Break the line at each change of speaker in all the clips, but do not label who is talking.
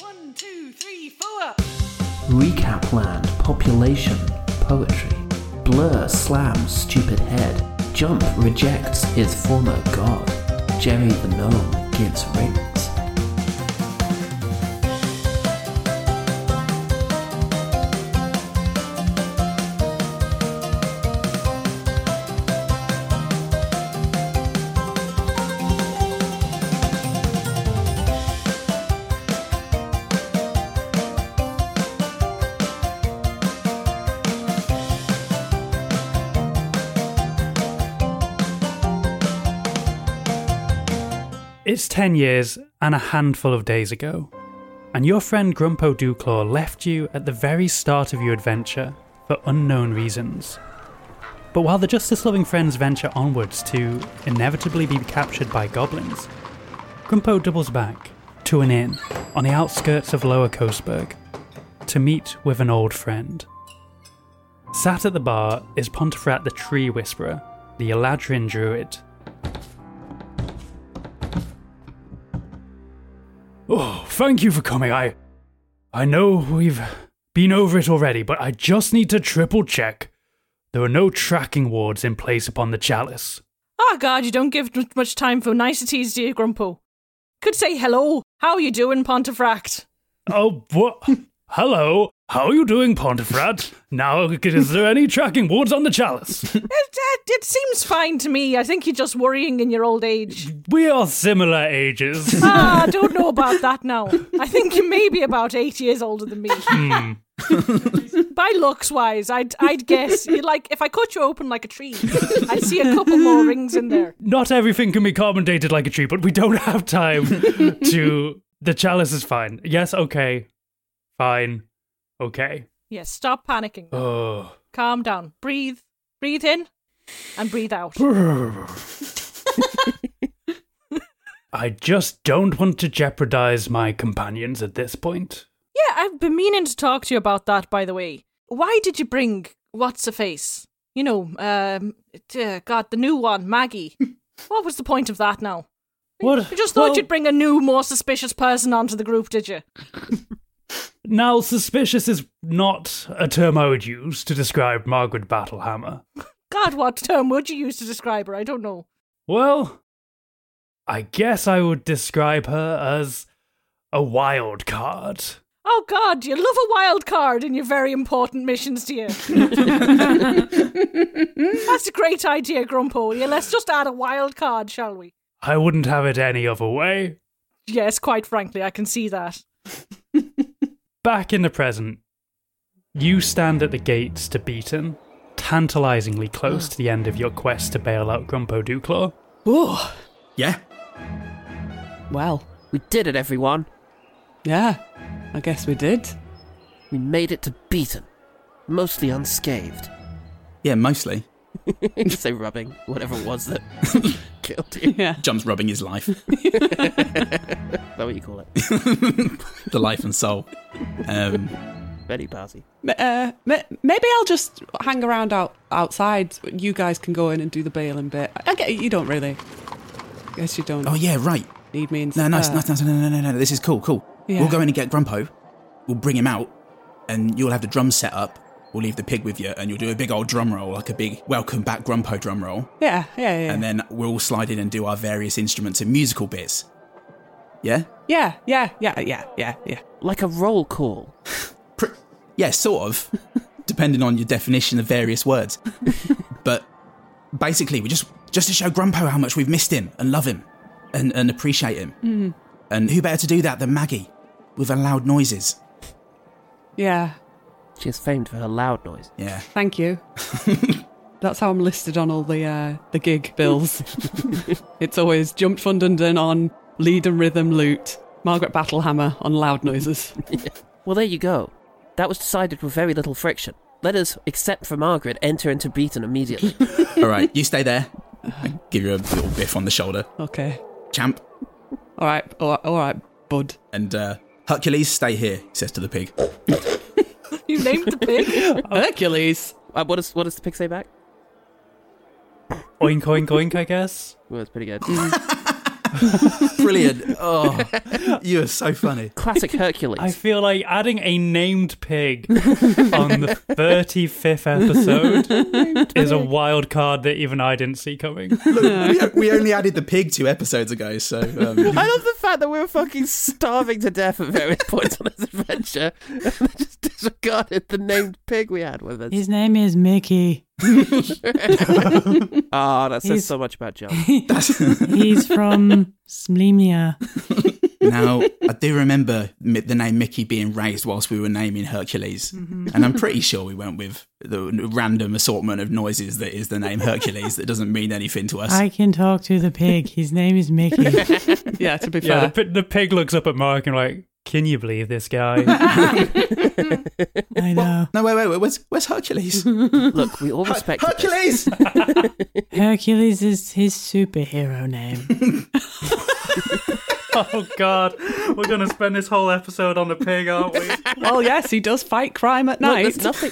One, two, three, four.
Recap land, population, poetry. Blur slams stupid head. Jump rejects his former god. Jerry the gnome gives rings.
It's 10 years and a handful of days ago, and your friend Grumpo Dewclaw left you at the very start of your adventure for unknown reasons. But while the justice loving friends venture onwards to inevitably be captured by goblins, Grumpo doubles back to an inn on the outskirts of Lower Coastburg to meet with an old friend. Sat at the bar is Pontefrat the Tree Whisperer, the Eladrin Druid, Oh, thank you for coming. I I know we've been over it already, but I just need to triple check. There are no tracking wards in place upon the chalice.
Oh, God, you don't give m- much time for niceties, do you, Grumpo? Could say hello. How are you doing, Pontefract?
Oh, what? Hello. How are you doing, Pontefrat? Now, is there any tracking wards on the chalice?
It, it, it seems fine to me. I think you're just worrying in your old age.
We are similar ages.
Ah, I don't know about that now. I think you may be about eight years older than me. By looks wise, I'd, I'd guess, you like, if I cut you open like a tree, I'd see a couple more rings in there.
Not everything can be carbon dated like a tree, but we don't have time to. The chalice is fine. Yes, okay. Fine. Okay.
Yes, stop panicking.
Oh.
Calm down. Breathe. Breathe in and breathe out.
I just don't want to jeopardize my companions at this point.
Yeah, I've been meaning to talk to you about that, by the way. Why did you bring what's a face? You know, um, t- uh, God, the new one, Maggie. what was the point of that now?
What?
You just thought
Well,
you'd bring a new, more suspicious person onto the group, did you?
Now, suspicious is not a term I would use to describe Margaret Battlehammer.
God, what term would you use to describe her? I don't know.
Well, I guess I would describe her as a wild card.
Oh God, you love a wild card in your very important missions, do you? That's a great idea, Grumpo. Yeah, let's just add a wild card, shall we?
I wouldn't have it any other way.
Yes, quite frankly, I can see that.
Back in the present, you stand at the gates to Beaton, tantalizingly close to the end of your quest to bail out Grumpo Dewclaw.
Oh,
Yeah.
well,
We did it, everyone.
yeah, I guess we did.
We made it to Beaton, mostly unscathed.
Yeah, mostly.
Say rubbing whatever it was that killed you. Is
Yeah.
Jump's rubbing his life,
that what you call it?
the life and soul. Um,
Very bossy.
M- Uh, m- maybe I'll just hang around out outside. You guys can go in and do the bailing bit. I I get you don't really. Guess you don't
oh, yeah, right.
need me. In,
No, nice,
uh,
nice, nice. No, no, no, no, no. This is cool, cool.
Yeah.
We'll go in and get Grumpo. We'll bring him out, and you'll have the drum set up. We'll leave the pig with you, and you'll do a big old drum roll, like a big welcome back Grumpo drum roll.
Yeah, yeah, yeah.
And then we'll all slide in and do our various instruments and musical bits. Yeah?
yeah, yeah, yeah, yeah, yeah, yeah.
Like a roll call.
Pr- yeah, sort of, depending on your definition of various words. but basically, we just just to show Grumpo how much we've missed him and love him and, and appreciate him. And who better to do that than Maggie with her loud noises?
Yeah.
She is famed for her loud noise.
Yeah.
Thank you. That's how I'm listed on all the uh, the gig bills. it's always jumped Fundundon on lead and rhythm lute, Margaret Battlehammer on loud noises.
Well, there you go. That was decided with very little friction. Let us, except for Margaret, enter into Beaton immediately.
All right, you stay there. I give you a little biff on the shoulder,
Okay.
champ.
All right. All right, all right bud.
And uh, Hercules, stay here, he says to the pig.
You named the pig.
Hercules.
Uh, what, does, what does the pig say back?
Oink, oink, oink, I guess.
Well, that's pretty good.
Mm.
Brilliant. Oh, you are so funny.
Classic Hercules.
I feel like adding a named pig on the 35th episode is a wild card that even I didn't see coming.
Look, we, we only added the pig two episodes ago, so um,
I love the fact that we were fucking starving to death at various points on this adventure and they just disregarded the named pig we had with us.
His name is Mickey.
Ah, that says
he's-
so much about John.
He's from Slimnia.
now I do remember mi- the name Mickey being raised whilst we were naming Hercules, and I'm pretty sure we went with the random assortment of noises that is the name Hercules that doesn't mean anything to us.
I can talk to the pig. His name is Mickey.
Yeah, to be fair.
Yeah, the, pi- the pig looks up at Mark and like, can you believe this guy?
I know.
no, wait, wait, wait. Where's, where's Hercules?
Look, we all respect
Hercules.
Hercules is his superhero name.
oh God, we're gonna spend this whole episode on the pig, aren't we?
well, Oh, yes, he does fight crime at
Look,
night.
there's nothing.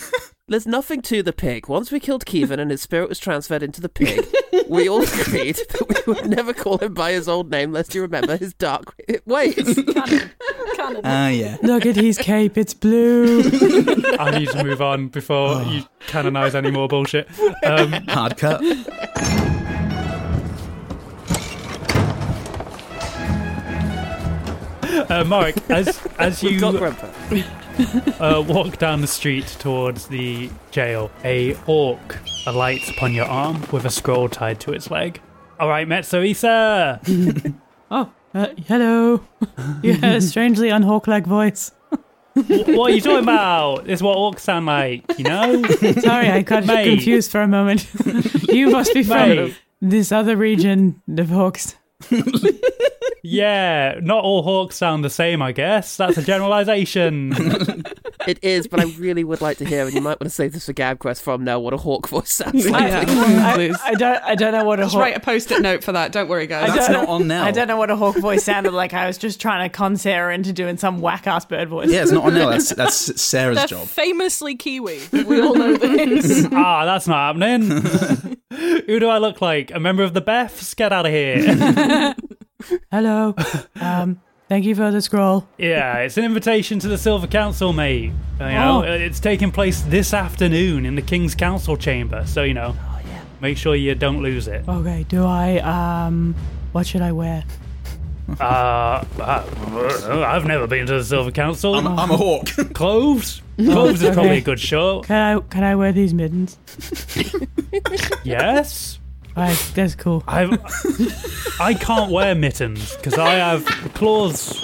There's nothing to the pig. Once we killed Kevin and his spirit was transferred into the pig, we all agreed that we would never call him by his old name lest you remember his dark ways.
Canon. Canon.
Ah, yeah.
Look at his cape. It's blue.
I need to move on before you canonize any more bullshit. Um,
Hard cut.
uh, Mark, as as
We've
you
got Grandpa.
uh, walk down the street towards the jail, a hawk alights upon your arm with a scroll tied to its leg. All right, Metsuisa.
Oh, uh, hello. You had a strangely unhawk-like voice.
W- what are you talking about? This is what orcs sound like, you know?
Sorry, I got
Mate.
confused for a moment. you must be from
Mate.
this other region of hawks.
Yeah, not all hawks sound the same, I guess. That's a generalization.
It is, but I really would like to hear, and you might want to save this for Gab Quest from now, what a hawk voice sounds like.
Yeah,
I,
please.
I don't. I don't know what a
Just
hawk.
write a post-it note for that. Don't worry, guys.
I
That's
don't-
not on now.
I don't know what a hawk voice sounded like. I was just trying to con Sarah into doing some whack ass bird voice.
Yeah, it's not on now. That's that's Sarah's
They're
job.
famously Kiwi. We all know this.
ah, that's not happening. Who do I look like? A member of the Beths? Get out of here.
Hello. Um, thank you for the scroll.
yeah, it's an invitation to the Silver Council, mate. You know,
Oh.
it's taking place this afternoon in the King's Council Chamber, so you know.
Oh,
Make sure you don't lose it.
Okay. Do I? Um, what should I wear?
Uh, uh, I've never been to the Silver Council.
I'm, I'm a hawk.
Cloves? Cloves is probably a
Oh, okay.
good shot.
Can I? Can I wear these mittens?
Yes?
All right. That's cool.
I've, I can't wear mittens because I have claws.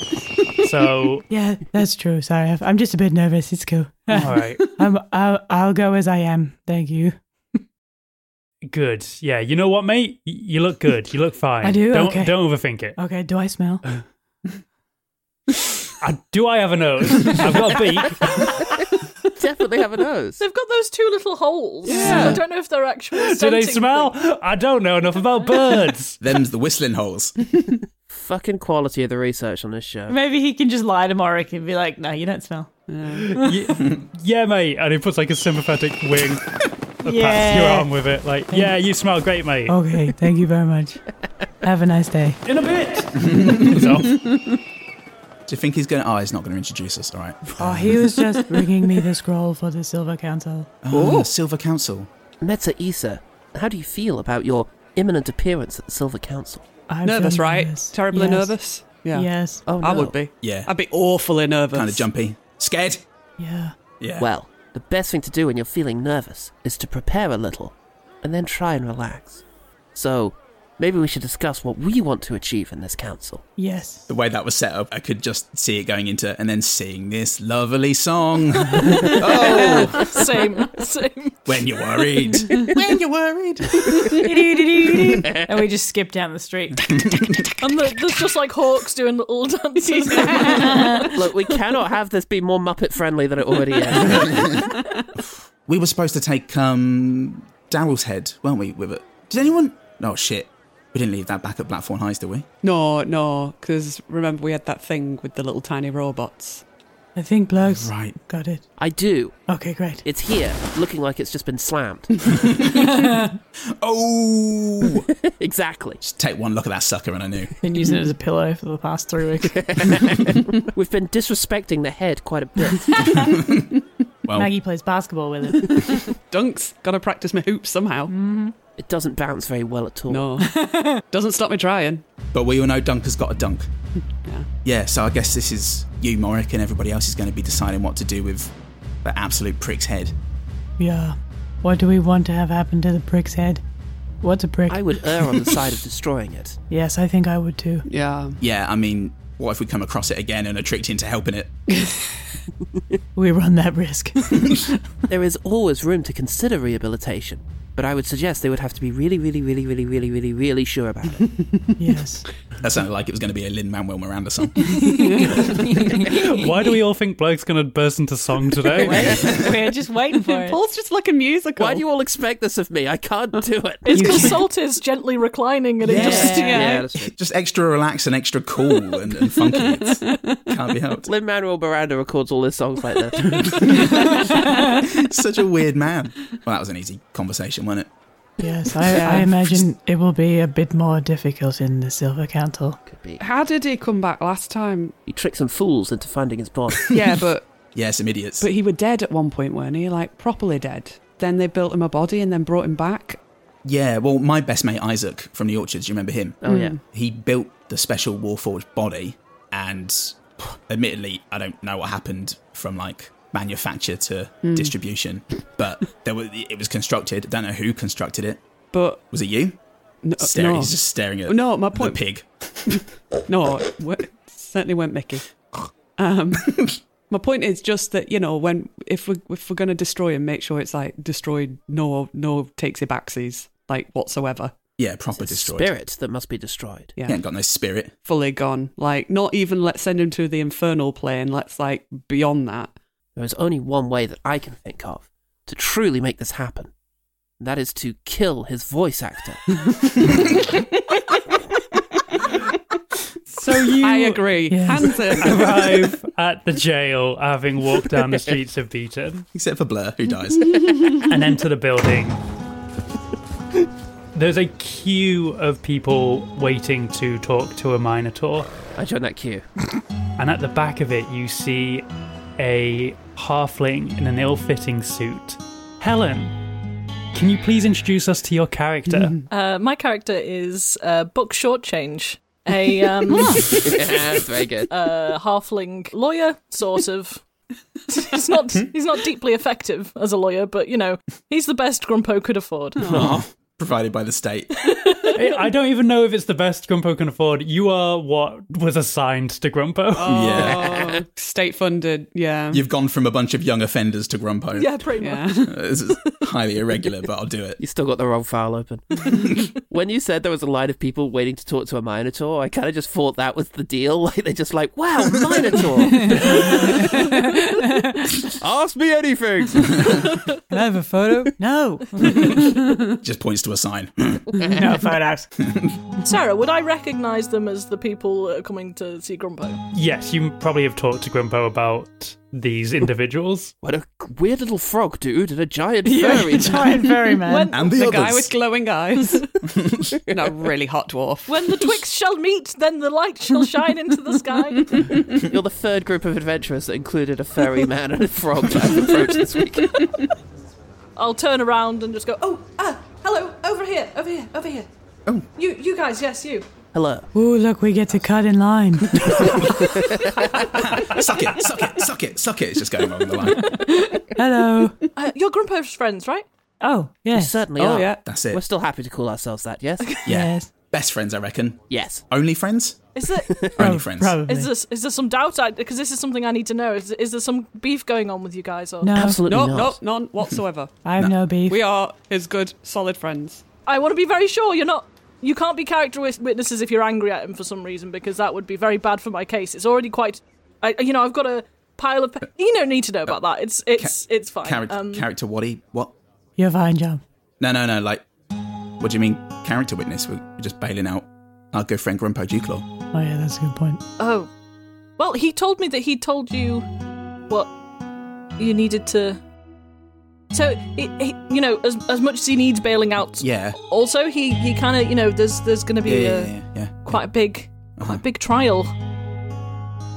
So,
Yeah, that's true. Sorry, I've- I'm just a bit nervous. It's cool.
all right,
I'm, I'll, I'll go as I am. Thank you.
good. Yeah, you know what, mate? Y- You look good. You look fine.
I do?
Don't
Okay.
don't overthink it.
Okay. Do I smell?
I, do I have a nose? I've got a beak.
Definitely have a nose.
They've got those two little holes.
Yeah.
I don't know if they're actual.
Do they
scenting
smell?
things.
I don't know enough about birds.
Them's the whistling holes.
Fucking quality of the research on this show.
Maybe he can just lie to Morik and be like, "No, you don't smell."
Y- yeah, mate. And he puts like a sympathetic wing. Pats your
Yeah.
arm with it. Like, yeah, you smell great, mate.
Okay. Thank you very much. Have a nice day.
In a bit. He's off.
Do you think he's going to? Oh, he's not going to introduce us. All right.
Oh, he was just bringing me the scroll for the Silver Council.
Oh, Silver Council.
Meta Issa, how do you feel about your imminent appearance at the Silver Council?
I'm
nervous,
so
right?
nervous.
Terribly
Yes.
nervous. Yeah.
Yes.
Oh,
I
no.
would be.
Yeah.
I'd be awfully nervous.
Kind of jumpy. Scared.
Yeah.
Yeah.
Well, the best thing to do when you're feeling nervous is to prepare a little and then try and relax. So, maybe we should discuss what we want to achieve in this council.
Yes.
the way that was set up, I could just see it going into and then sing this lovely song. oh,
Same, same.
when you're worried.
when you're worried.
and we just skip down the street.
And the, there's just like hawks doing little dances.
Look, we cannot have this be more Muppet friendly than it already is.
We were supposed to take um, Daryl's head, weren't we? With it. Did anyone? Oh shit, we didn't leave that back at Platform Highs, did we?
No, no, because remember we had that thing with the little tiny robots.
I think Blurgs
Right.
got it.
I do.
Okay, great.
It's here, looking like it's just been slammed.
Oh!
exactly.
Just take one look at that sucker and I knew.
Been using it as a pillow for the past three weeks.
We've been disrespecting the head quite a bit.
Well,
Maggie plays basketball with it.
Dunks. Gotta practice my hoops somehow.
It doesn't bounce very well at all.
No. Doesn't stop me trying.
but we all know Dunker's got a dunk.
Yeah.
Yeah, so I guess this is you, Morik, and everybody else is going to be deciding what to do with that absolute prick's head.
Yeah. What do we want to have happen to the prick's head? What's a prick?
I would err on the side of destroying it.
yes, I think I would too.
Yeah.
Yeah, I mean, what if we come across it again and are tricked into helping it?
We run that risk.
There is always room to consider rehabilitation, but I would suggest they would have to be really, really, really, really, really, really, really sure about it.
yes.
That sounded like it was going to be a Lin Manuel Miranda song.
Why do we all think Blake's going to burst into song today?
We're just waiting for it.
Paul's just like a musical.
Why do you all expect this of me? I can't do it.
It's because Salt is gently reclining and it just.
yeah, that's true.
Just extra relaxed and extra cool and, and funky. It's, can't be helped.
Lin Manuel Miranda records all his songs like that.
Such a weird man. Well, that was an easy conversation, wasn't it?
Yes, I, I imagine it will be a bit more difficult in the Silver Council.
Could be.
How did he come back last time?
He tricks some fools into finding his body.
Yeah, but
Yeah, some idiots.
but he were dead at one point, weren't he? Like properly dead. Then they built him a body and then brought him back.
yeah, well, my best mate Isaac from the orchards, you remember him?
Oh yeah.
He built the special Warforged body, and admittedly, I don't know what happened from like manufacture to distribution, but there was it was constructed. Don't know who constructed it.
But
Was it you?
no, Uh,
Staring,
no,
he's just staring at
no, my
the
point.
pig.
No, it w- certainly weren't Mickey. Um, my point is just that you know when if we if we're going to destroy him, make sure it's like destroyed. No, no takesy backsies like whatsoever.
Yeah, proper
It's a
destroyed.
spirit that must be destroyed.
He ain't got no spirit.
fully gone. Like, not even let's send him to the infernal plane. Let's like beyond that.
There is only one way that I can think of to truly make this happen. And that is to kill his voice actor.
so you
I agree.
Yes.
Hands up.
arrive at the jail having walked down the streets of Beaton
Except for Blur, who dies.
and enter the building. There's a queue of people waiting to talk to a Minotaur.
I joined that queue.
and at the back of it you see a halfling in an ill-fitting suit. Helen, can you please introduce us to your character?
Uh, my character is uh, Book Shortchange, a um,
That's very good.
uh, halfling lawyer, sort of. he's not he's not deeply effective as a lawyer, but you know he's the best Grumpo could afford.
Aw, Oh, provided by the state.
I I don't even know if it's the best Grumpo can afford. You are what was assigned to Grumpo.
Yeah.
Oh, state funded. Yeah.
You've gone from a bunch of young offenders to Grumpo.
Yeah, pretty much.
yeah.
This is highly irregular, but I'll do it.
You still got the wrong file open. when you said there was a line of people waiting to talk to a Minotaur, I kind of just thought that was the deal. Like they're just like, "Wow, Minotaur, ask me anything."
Can I have a photo? No.
Just points to a sign.
no photos.
Sarah, would I recognise them as the people uh, coming to see Grumpo?
Yes, you probably have talked to Grumpo about these individuals.
What a weird little frog dude and a giant
You're
furry.
a giant fairy man.
When-
And the,
The
others.
guy with glowing eyes. and a really hot dwarf.
When the twigs shall meet, then the light shall shine into the sky.
You're the third group of adventurers that included a furry man and a frog that I've approached this week.
I'll turn around and just go, oh, ah, hello, over here, over here, over here. Oh. You, you guys, yes, you.
Hello.
Ooh, look, we get to cut in line.
suck it, suck it, suck it, suck it. It's just going along the line.
Hello.
Uh, you're Grumpo's friends, right?
Oh, yes.
Certainly
Oh,
are.
yeah.
That's it.
We're still happy to call ourselves that, yes?
yeah.
Yes.
Best friends, I reckon.
yes.
Only friends?
Is there,
Only friends.
Probably.
is this, is there some doubt? Because this is something I need to know. Is, is there some beef going on with you guys? Or
no,
Absolutely
Um, Nope,
not.
nope, none whatsoever.
I have no, beef.
We are his good, solid friends.
I want to be very sure you're not. You can't be character wit- witnesses if you're angry at him for some reason because that would be very bad for my case. It's already quite. I, you know, I've got a pile of. pa- You don't need to know about that. It's it's it's fine.
Character,
um,
character Waddy? What?
You're fine, John.
No, no, no. Like, what do you mean, character witness? We're just bailing out our good friend Grumpo Duclaw.
Oh, yeah, that's a good point.
oh, well, he told me that he told you what you needed to. So, he, he, you know, as as much as he needs bailing out,
Yeah.
also he he kind of you know there's there's going to
Yeah,
be
yeah,
a,
yeah, yeah.
quite a big quite a big trial.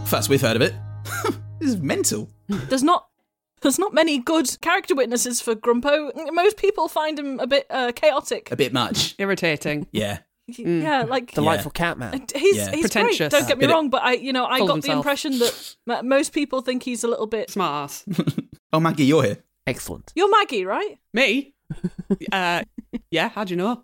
First we've heard of it. this is mental.
There's not there's not many good character witnesses for Grumpo. Most people find him a bit uh, chaotic.
A bit much.
Irritating.
Yeah.
Yeah, like
Delightful cat man.
He's,
Yeah.
he's
Pretentious.
great. Don't get me
Bit of-
wrong, but I, you know, I
Full of
got the
himself.
impression that m- most people think he's a little bit.
Smart ass.
Oh, Maggie, you're here.
Excellent.
You're Maggie, right?
Me? Uh, yeah, how'd you know?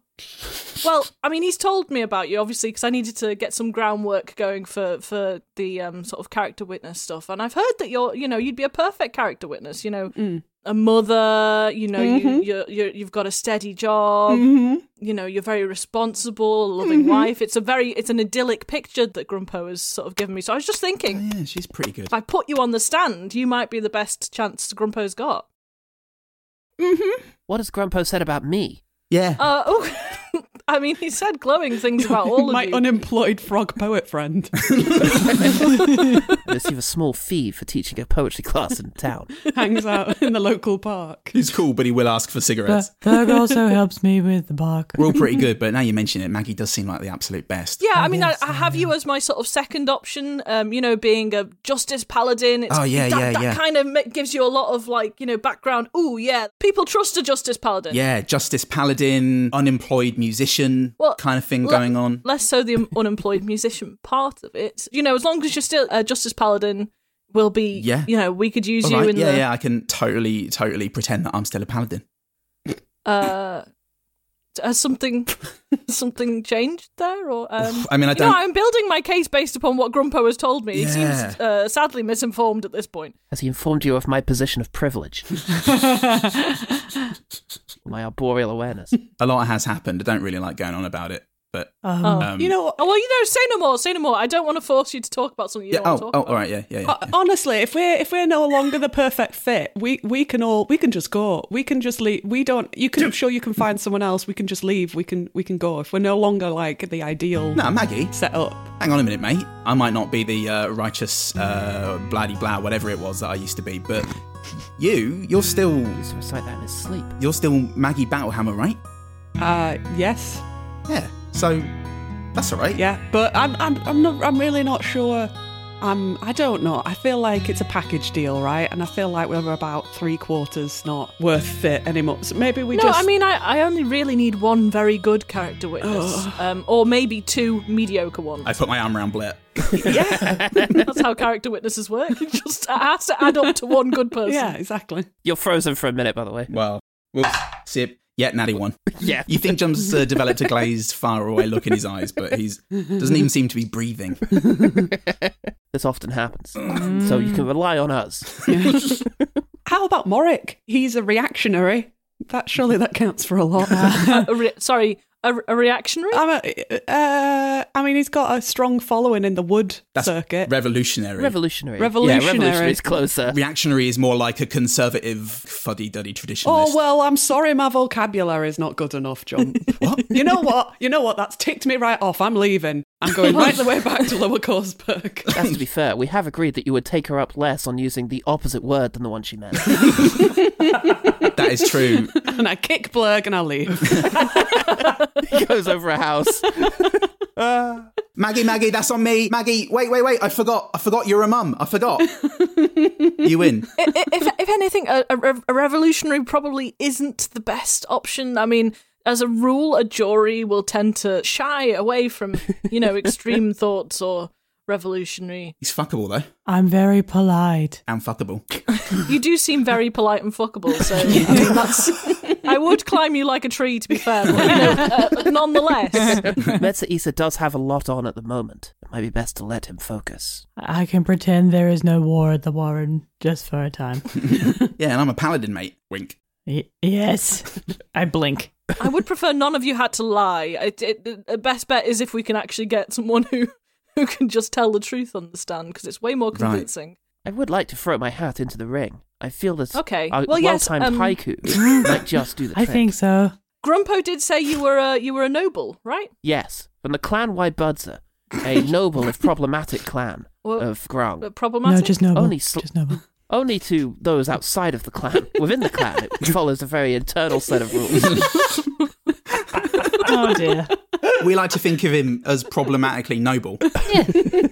Well, I mean, he's told me about you obviously because I needed to get some groundwork going for for the um, sort of character witness stuff, and I've heard that you're, you know, you'd be a perfect character witness. You know, a mother. You know, you you're, you're, you've got a steady job. You know, you're very responsible, loving wife. It's a very, it's an idyllic picture that Grumpo has sort of given me. So I was just thinking.
Oh, Yeah, she's pretty good.
if I put you on the stand, you might be the best chance Grumpo's got.
What has Grandpa said about me?
Yeah.
Uh, oh, I mean, he said glowing things about all of
My
you.
unemployed frog poet friend.
I receive a small fee for teaching a poetry class in town.
hangs out in the local park.
He's cool, but he will ask for cigarettes.
Thurg also helps me with the bark.
We're all pretty good, but now you mention it, Maggie does seem like the absolute best.
yeah, I mean, I, I have you as my sort of second option. Um, you know, being a justice paladin. It's,
Oh, yeah,
that,
yeah,
that
yeah.
kind of ma- gives you a lot of like, you know, background. Oh yeah, people trust a justice paladin.
Yeah, Justice Paladin, unemployed musician
Well,
kind of thing
le-
going on.
Less so the un- unemployed musician part of it. You know, as long as you're still a justice paladin, will be.
Yeah.
You know, we could use
All
you
right,
in
yeah,
the.
yeah, I can totally, totally pretend that I'm still a paladin.
uh, has something something changed there or um
I mean, I
you know,
don't-
I'm building my case based upon what Grumpo has told me. He
Yeah.
seems uh, sadly misinformed at this point.
Has he informed you of my position of privilege? my arboreal awareness.
A lot has happened. I don't really like going on about it, but
Um,
Oh.
um,
You know what?
oh well, you know, say no more, say no more. I don't want to force you to talk about something you
yeah,
don't want to
oh,
talk
oh,
about.
all right, yeah, yeah, yeah.
Ho- Uh, Honestly, if we're if we're no longer the perfect fit, we we can all we can just go. We can just leave. We don't. You can. I'm sure you can find someone else. We can just leave. We can we can go. If we're no longer like the ideal
No, Maggie,
setup.
hang on a minute, mate. I might not be the uh, righteous, uh, bloody blah, whatever it was that I used to be, but you, you're still,
He used to recite that in his sleep.
you're still Maggie Battlehammer, right?
Uh, yes,
Yeah. So that's all right.
yeah, but I'm I'm I'm not I'm really not sure. I'm I don't know. I feel like it's a package deal, right? And I feel like we're about three quarters not worth fit anymore. So maybe we
no,
just
I mean, I, I only really need one very good character witness, um, or maybe two mediocre ones.
I put my arm around Blair.
yeah
That's how character witnesses work. It just it has to add up to one good person.
yeah exactly.
You're frozen for a minute, by the way.
Well, we'll sip. Yeah, natty one.
Yeah.
You think Jum's uh, developed a glazed, faraway look in his eyes, but he's doesn't even seem to be breathing.
This often happens. so you can rely on us.
How about Morik? He's a reactionary. That surely that counts for a lot.
A- a re- sorry, a, a reactionary.
I'm a, uh, I mean, he's got a strong following in the wood
That's
circuit.
revolutionary.
Revolutionary.
Revolutionary.
Yeah, revolutionary is closer.
Reactionary is more like a conservative, fuddy-duddy traditionalist.
Oh well, I'm sorry, my vocabulary is not good enough, John.
What?
You know what? You know what? That's ticked me right off. I'm leaving. I'm going right the way back to Lower Corsberg.
That's to be fair. We have agreed that you would take her up less on using the opposite word than the one she meant.
That is true.
and I kick Blurg and I leave.
he goes over a house.
Maggie, Maggie, that's on me. Maggie, wait, wait, wait. I forgot. I forgot you're a mum. I forgot. you win.
I- I- if, if anything, a, a, rev- a revolutionary probably isn't the best option. I mean, as a rule, a jury will tend to shy away from, you know, extreme thoughts or revolutionary.
He's fuckable though.
I'm very polite.
And fuckable.
You do seem very polite and fuckable, so I mean, that's. I would climb you like a tree, to be fair, but you know, uh, nonetheless.
Metsa Issa does have a lot on at the moment. It might be best to let him focus.
I can pretend there is no war at the Warren just for a time.
Yeah, and I'm a paladin, mate. Wink.
Y- yes. I blink.
I would prefer none of you had to lie. It, it, the- the best bet is if we can actually get someone who, who can just tell the truth on the stand, because it's way more
Right.
convincing.
I would like to throw my hat into the ring. I feel that
Okay.
a
Well, yes,
well-timed
um,
haiku might just do the
I
trick.
think so.
Grumpo did say you were a, you were a noble, right?
Yes, from the clan Waibudza, a noble if problematic clan
Well,
of Grang.
But problematic.
No, just noble.
Only sl-
just noble.
Only to those outside of the clan. Within the clan, it follows a very internal set of rules.
Oh dear.
We like to think of him as problematically noble.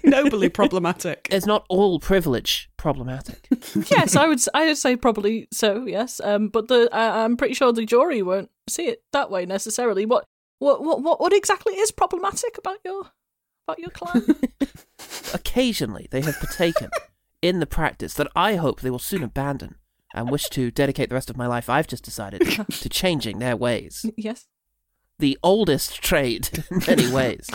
Nobly problematic.
It's not all privilege problematic.
yes, I would. s- I would say probably so. Yes, um, but the I, I'm pretty sure the jury won't see it that way necessarily. What, what, what, what, what exactly is problematic about your about your clan?
Occasionally, they have partaken in the practice that I hope they will soon abandon and wish to dedicate the rest of my life, I've just decided, to changing their ways.
yes.
The oldest trade, in many ways,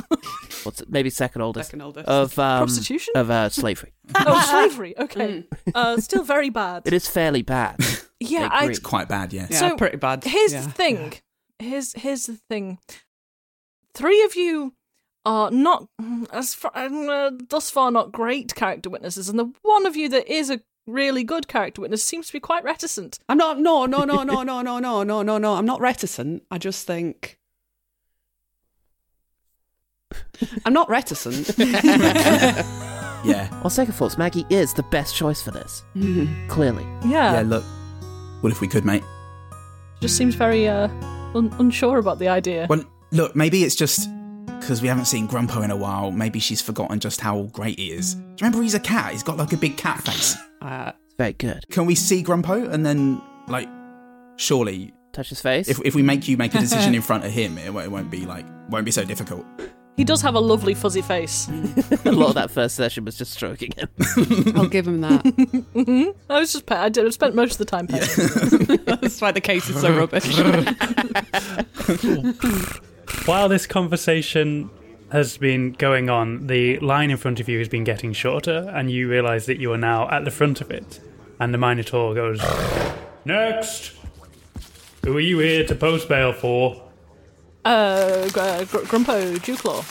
what's maybe second oldest,
Second oldest.
of um,
Prostitution?
of uh, slavery.
Oh, slavery. Okay.
Mm.
Uh, still very bad.
It is fairly bad.
yeah,
I
I.
agree.
Quite bad, yeah.
Yeah,
So,
pretty bad.
Here's
Yeah.
the thing. Here's here's the thing. Three of you are not mm, as far, uh, thus far not great character witnesses, and the one of you that is a really good character witness seems to be quite reticent.
I'm not. No, no, no, no, no, no, no, no, no, no. I'm not reticent. I just think. I'm not reticent.
Yeah.
On second thoughts, Maggie is the best choice for this.
Mm-hmm.
Clearly.
Yeah, look. What if we could, mate?
just seems very uh, un- unsure about the idea.
Well, look, maybe it's just because we haven't seen Grumpo in a while. Maybe she's forgotten just how great he is. Do you remember he's a cat? He's got like a big cat face.
Uh,
It's very good.
Can we see Grumpo and then, like, surely
Touch his face.
if, if we make you make a decision in front of him, it won't, it won't be like, won't be so difficult.
He does have a lovely fuzzy face.
a lot of that first session was just stroking him.
I'll give him that.
I was just pet. I did. I spent most of the time petting.
That's why the case is so rubbish.
While this conversation has been going on, the line in front of you has been getting shorter, and you realise that you are now at the front of it. And the Minotaur goes, Next! Who are you here to post bail for?
Uh, gr- uh, gr- Grumpo Dewclaw.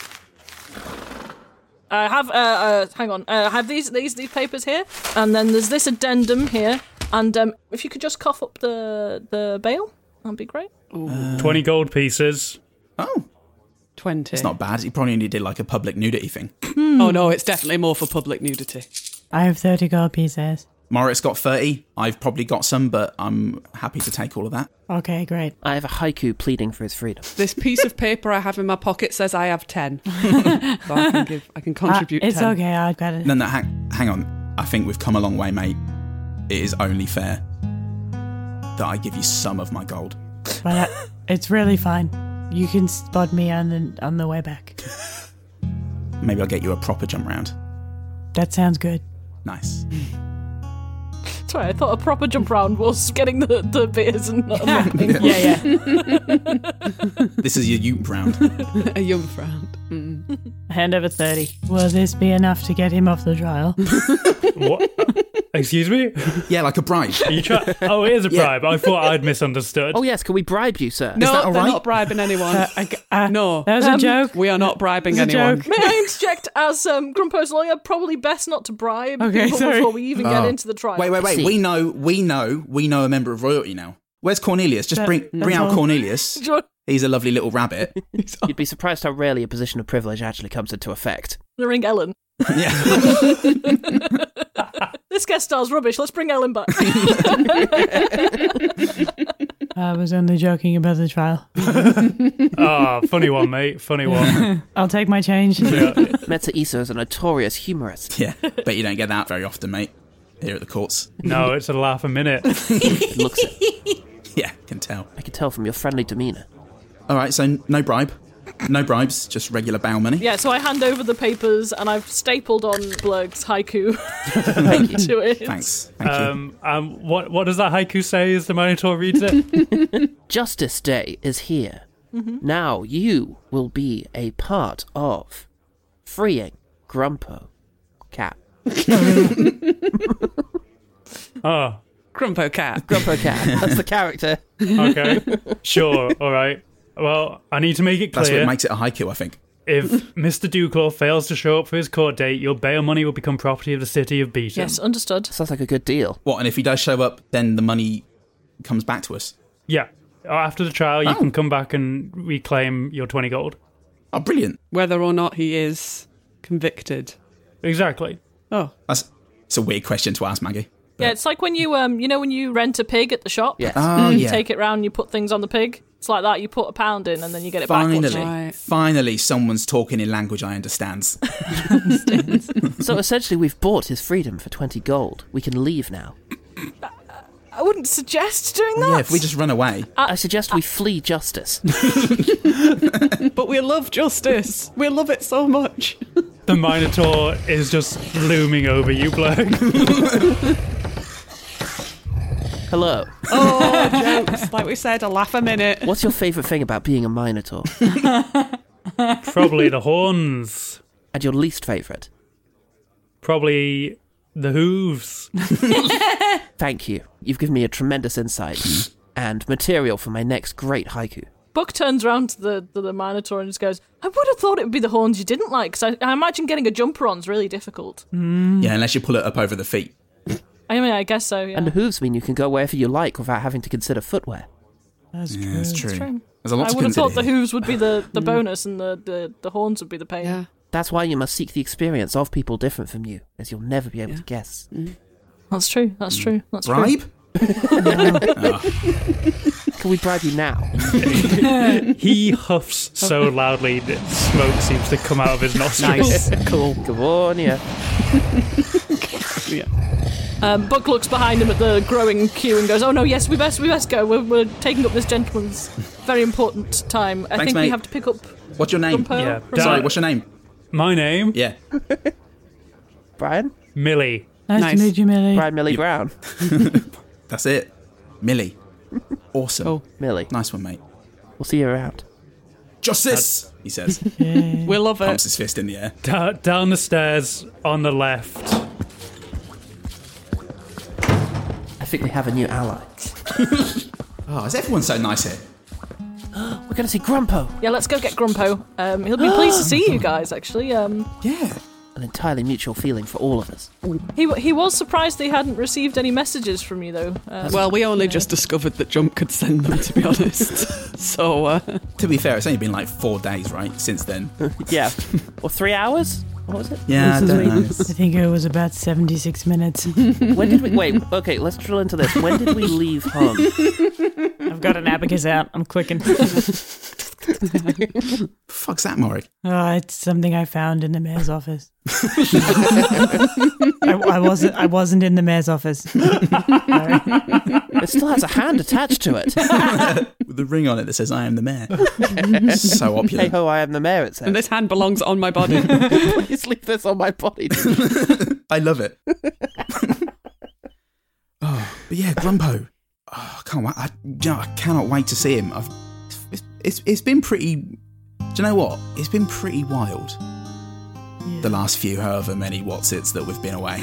I have. Uh, uh, hang on. Uh, I have these these these papers here, and then there's this addendum here. And um, if you could just cough up the the bail, that'd be great.
20 gold pieces.
Oh,
Twenty.
it's not bad. He probably only did like a public nudity thing.
Oh no, it's definitely more for public nudity.
I have 30 gold pieces.
Moritz got 30. I've probably got some, but I'm happy to take all of that.
Okay, great.
I have a haiku pleading for his freedom.
This piece of paper I have in my pocket says I have ten. so I can give. I can
Uh,
contribute.
it's
10.
okay, I'll get it.
No, no, hang, hang on. I think we've come a long way, mate. It is only fair that I give you some of my gold.
But I, it's really fine. You can spot me on the, on the way back.
Maybe I'll get you a proper jump round.
That sounds good.
Nice.
Sorry, I thought a proper jump round was getting the the beers and not yeah.
Yeah, yeah.
This is your youth round.
A young friend. Mm.
Hand over 30. Will this be enough to get him off the trial?
What? Excuse me?
Yeah, like a bride.
Are you try- oh, it is a
Yeah.
bribe. I thought I'd misunderstood.
Oh, yes, can we bribe you, sir?
No,
that all
they're
right?
not bribing anyone.
Uh, I g- uh,
No. Um,
That was a joke.
we are not bribing
It's a
anyone.
joke.
May I interject as um, Grumpo's lawyer? Probably best not to bribe
Okay,
people
sorry.
before we even get
Oh.
into the trial.
Wait, wait, wait.
See.
We know, we know, we know a member of royalty now. Where's Cornelius? Just
That-
bring bring
that's
out
all.
Cornelius.
Do you want-
He's a lovely little rabbit.
You'd be surprised how rarely a position of privilege actually comes into effect.
Ring Ellen.
yeah.
This guest star's rubbish. Let's bring Ellen back.
I was only joking about the trial.
Ah, funny one, mate. Funny one.
I'll take my change.
Yeah.
Meta Issa is a notorious humorist.
Yeah. But you don't get that very often, mate. Here at the courts.
No, it's a laugh a minute.
It Looks,
Yeah, can tell.
I can tell from your friendly demeanour.
All right, so no bribe. No bribes, just regular bow money.
Yeah, so I hand over the papers and I've stapled on Blurg's haiku
Thank you.
to it.
Thanks. Thank you.
Um, um, what, what does that haiku say as the Minotaur reads it?
Justice Day is here. Now you will be a part of freeing Grumpo Cat.
Oh,
Grumpo cat.
Grumpo Cat. That's the character.
okay. Sure. All right. Well, I need to make it
That's
clear.
what makes it a haiku, I think.
If Mr. Duclaw fails to show up for his court date, your bail money will become property of the city of Beaton.
Yes, understood.
Sounds like a good deal.
What, and if he does show up, then the money comes back to us?
Yeah. Uh, After the trial, you
Oh.
can come back and reclaim your 20 gold.
Oh, brilliant.
Whether or not he is convicted.
Exactly.
Oh,
That's it's a weird question to ask, Maggie.
Yeah, it's like when you um, you know, when you rent a pig at the shop.
Yes.
Oh,
You
yeah.
take it round, you put things on the pig. It's like that. You put a pound in, and then you get it back.
Finally,
Watching.
Right.
finally, someone's talking in language I understand.
So essentially, we've bought his freedom for 20 gold. We can leave now.
I wouldn't suggest doing that.
yeah, if we just run away.
Um,
I suggest we flee justice.
But we love justice. We love it so much.
The Minotaur is just looming over you, bloke.
Hello.
Oh, jokes. Like we said, a laugh a minute.
What's your favourite thing about being a Minotaur?
Probably the horns.
And your least favourite?
Probably the hooves.
Thank you. You've given me a tremendous insight and material for my next great haiku.
Buck turns round to the, to the Minotaur and just goes, I would have thought it would be the horns you didn't like, because I, I imagine getting a jumper on's really difficult.
Yeah, unless you pull it up over the feet.
I mean, I guess so, yeah.
And the hooves mean you can go wherever you like without having to consider footwear.
That's
Yeah, that's true.
true.
There's a lot
I
to
would have
consider.
thought the hooves would be the, the bonus and the, the, the horns would be the pain.
Yeah.
That's why you must seek the experience of people different from you, as you'll never be able to guess.
That's true, that's
Mm.
true, that's true.
Bribe?
Can we bribe you now?
He huffs so loudly that smoke seems to come out of his nostrils.
cool. Good on you.
Um, Buck looks behind him at the growing queue and goes, Oh no, yes, we best we best go. We're, we're taking up this gentleman's very important time. I
Thanks,
think we
mate.
have to pick up
What's your name?
Gumpo.
Yeah.
from-
Dan-
Sorry, what's your name?
My name,
Yeah.
Brian?
Millie.
Nice,
Nice.
to meet you, Millie.
Brian Millie Brown.
That's it. Millie. Awesome.
Oh.
Millie.
Nice one, mate.
We'll see you around.
Justice! he says,
We love
pumps
it.
his fist in the air.
Da- down the stairs on the left.
I think we have a new ally.
Oh, is everyone so nice here?
We're going to see Grumpo,
Yeah, let's go get Grumpo. Um, he'll be pleased to see you guys, actually. Um,
Yeah.
an entirely mutual feeling for all of us.
He, he was surprised that he hadn't received any messages from you, though. Uh,
Well, we only just discovered that Jump could send them, to be honest. so, uh,
To be fair, it's only been like four days, right? Since then.
Yeah. or three hours? What was it?
Yeah, I don't know.
I think it was about 76 minutes.
When did we. Wait, okay, let's drill into this. When did we leave home?
I've got an abacus out. I'm clicking.
Fuck's that, Maury?
Oh, it's something I found in the mayor's office. I, I wasn't. I wasn't in the mayor's office. Sorry.
It still has a hand attached to it.
With the ring on it that says, I am the mayor. so
Hey
opulent.
ho, I am the mayor, it
and
says.
this hand belongs on my body.
Please leave this on my body.
I love it. oh, but yeah, Grumpo. Oh, I can't wait. I, you know, I cannot wait to see him. I've, it's, it's, it's been pretty. Do you know what? It's been pretty wild. The last few, however many Watsits that we've been away.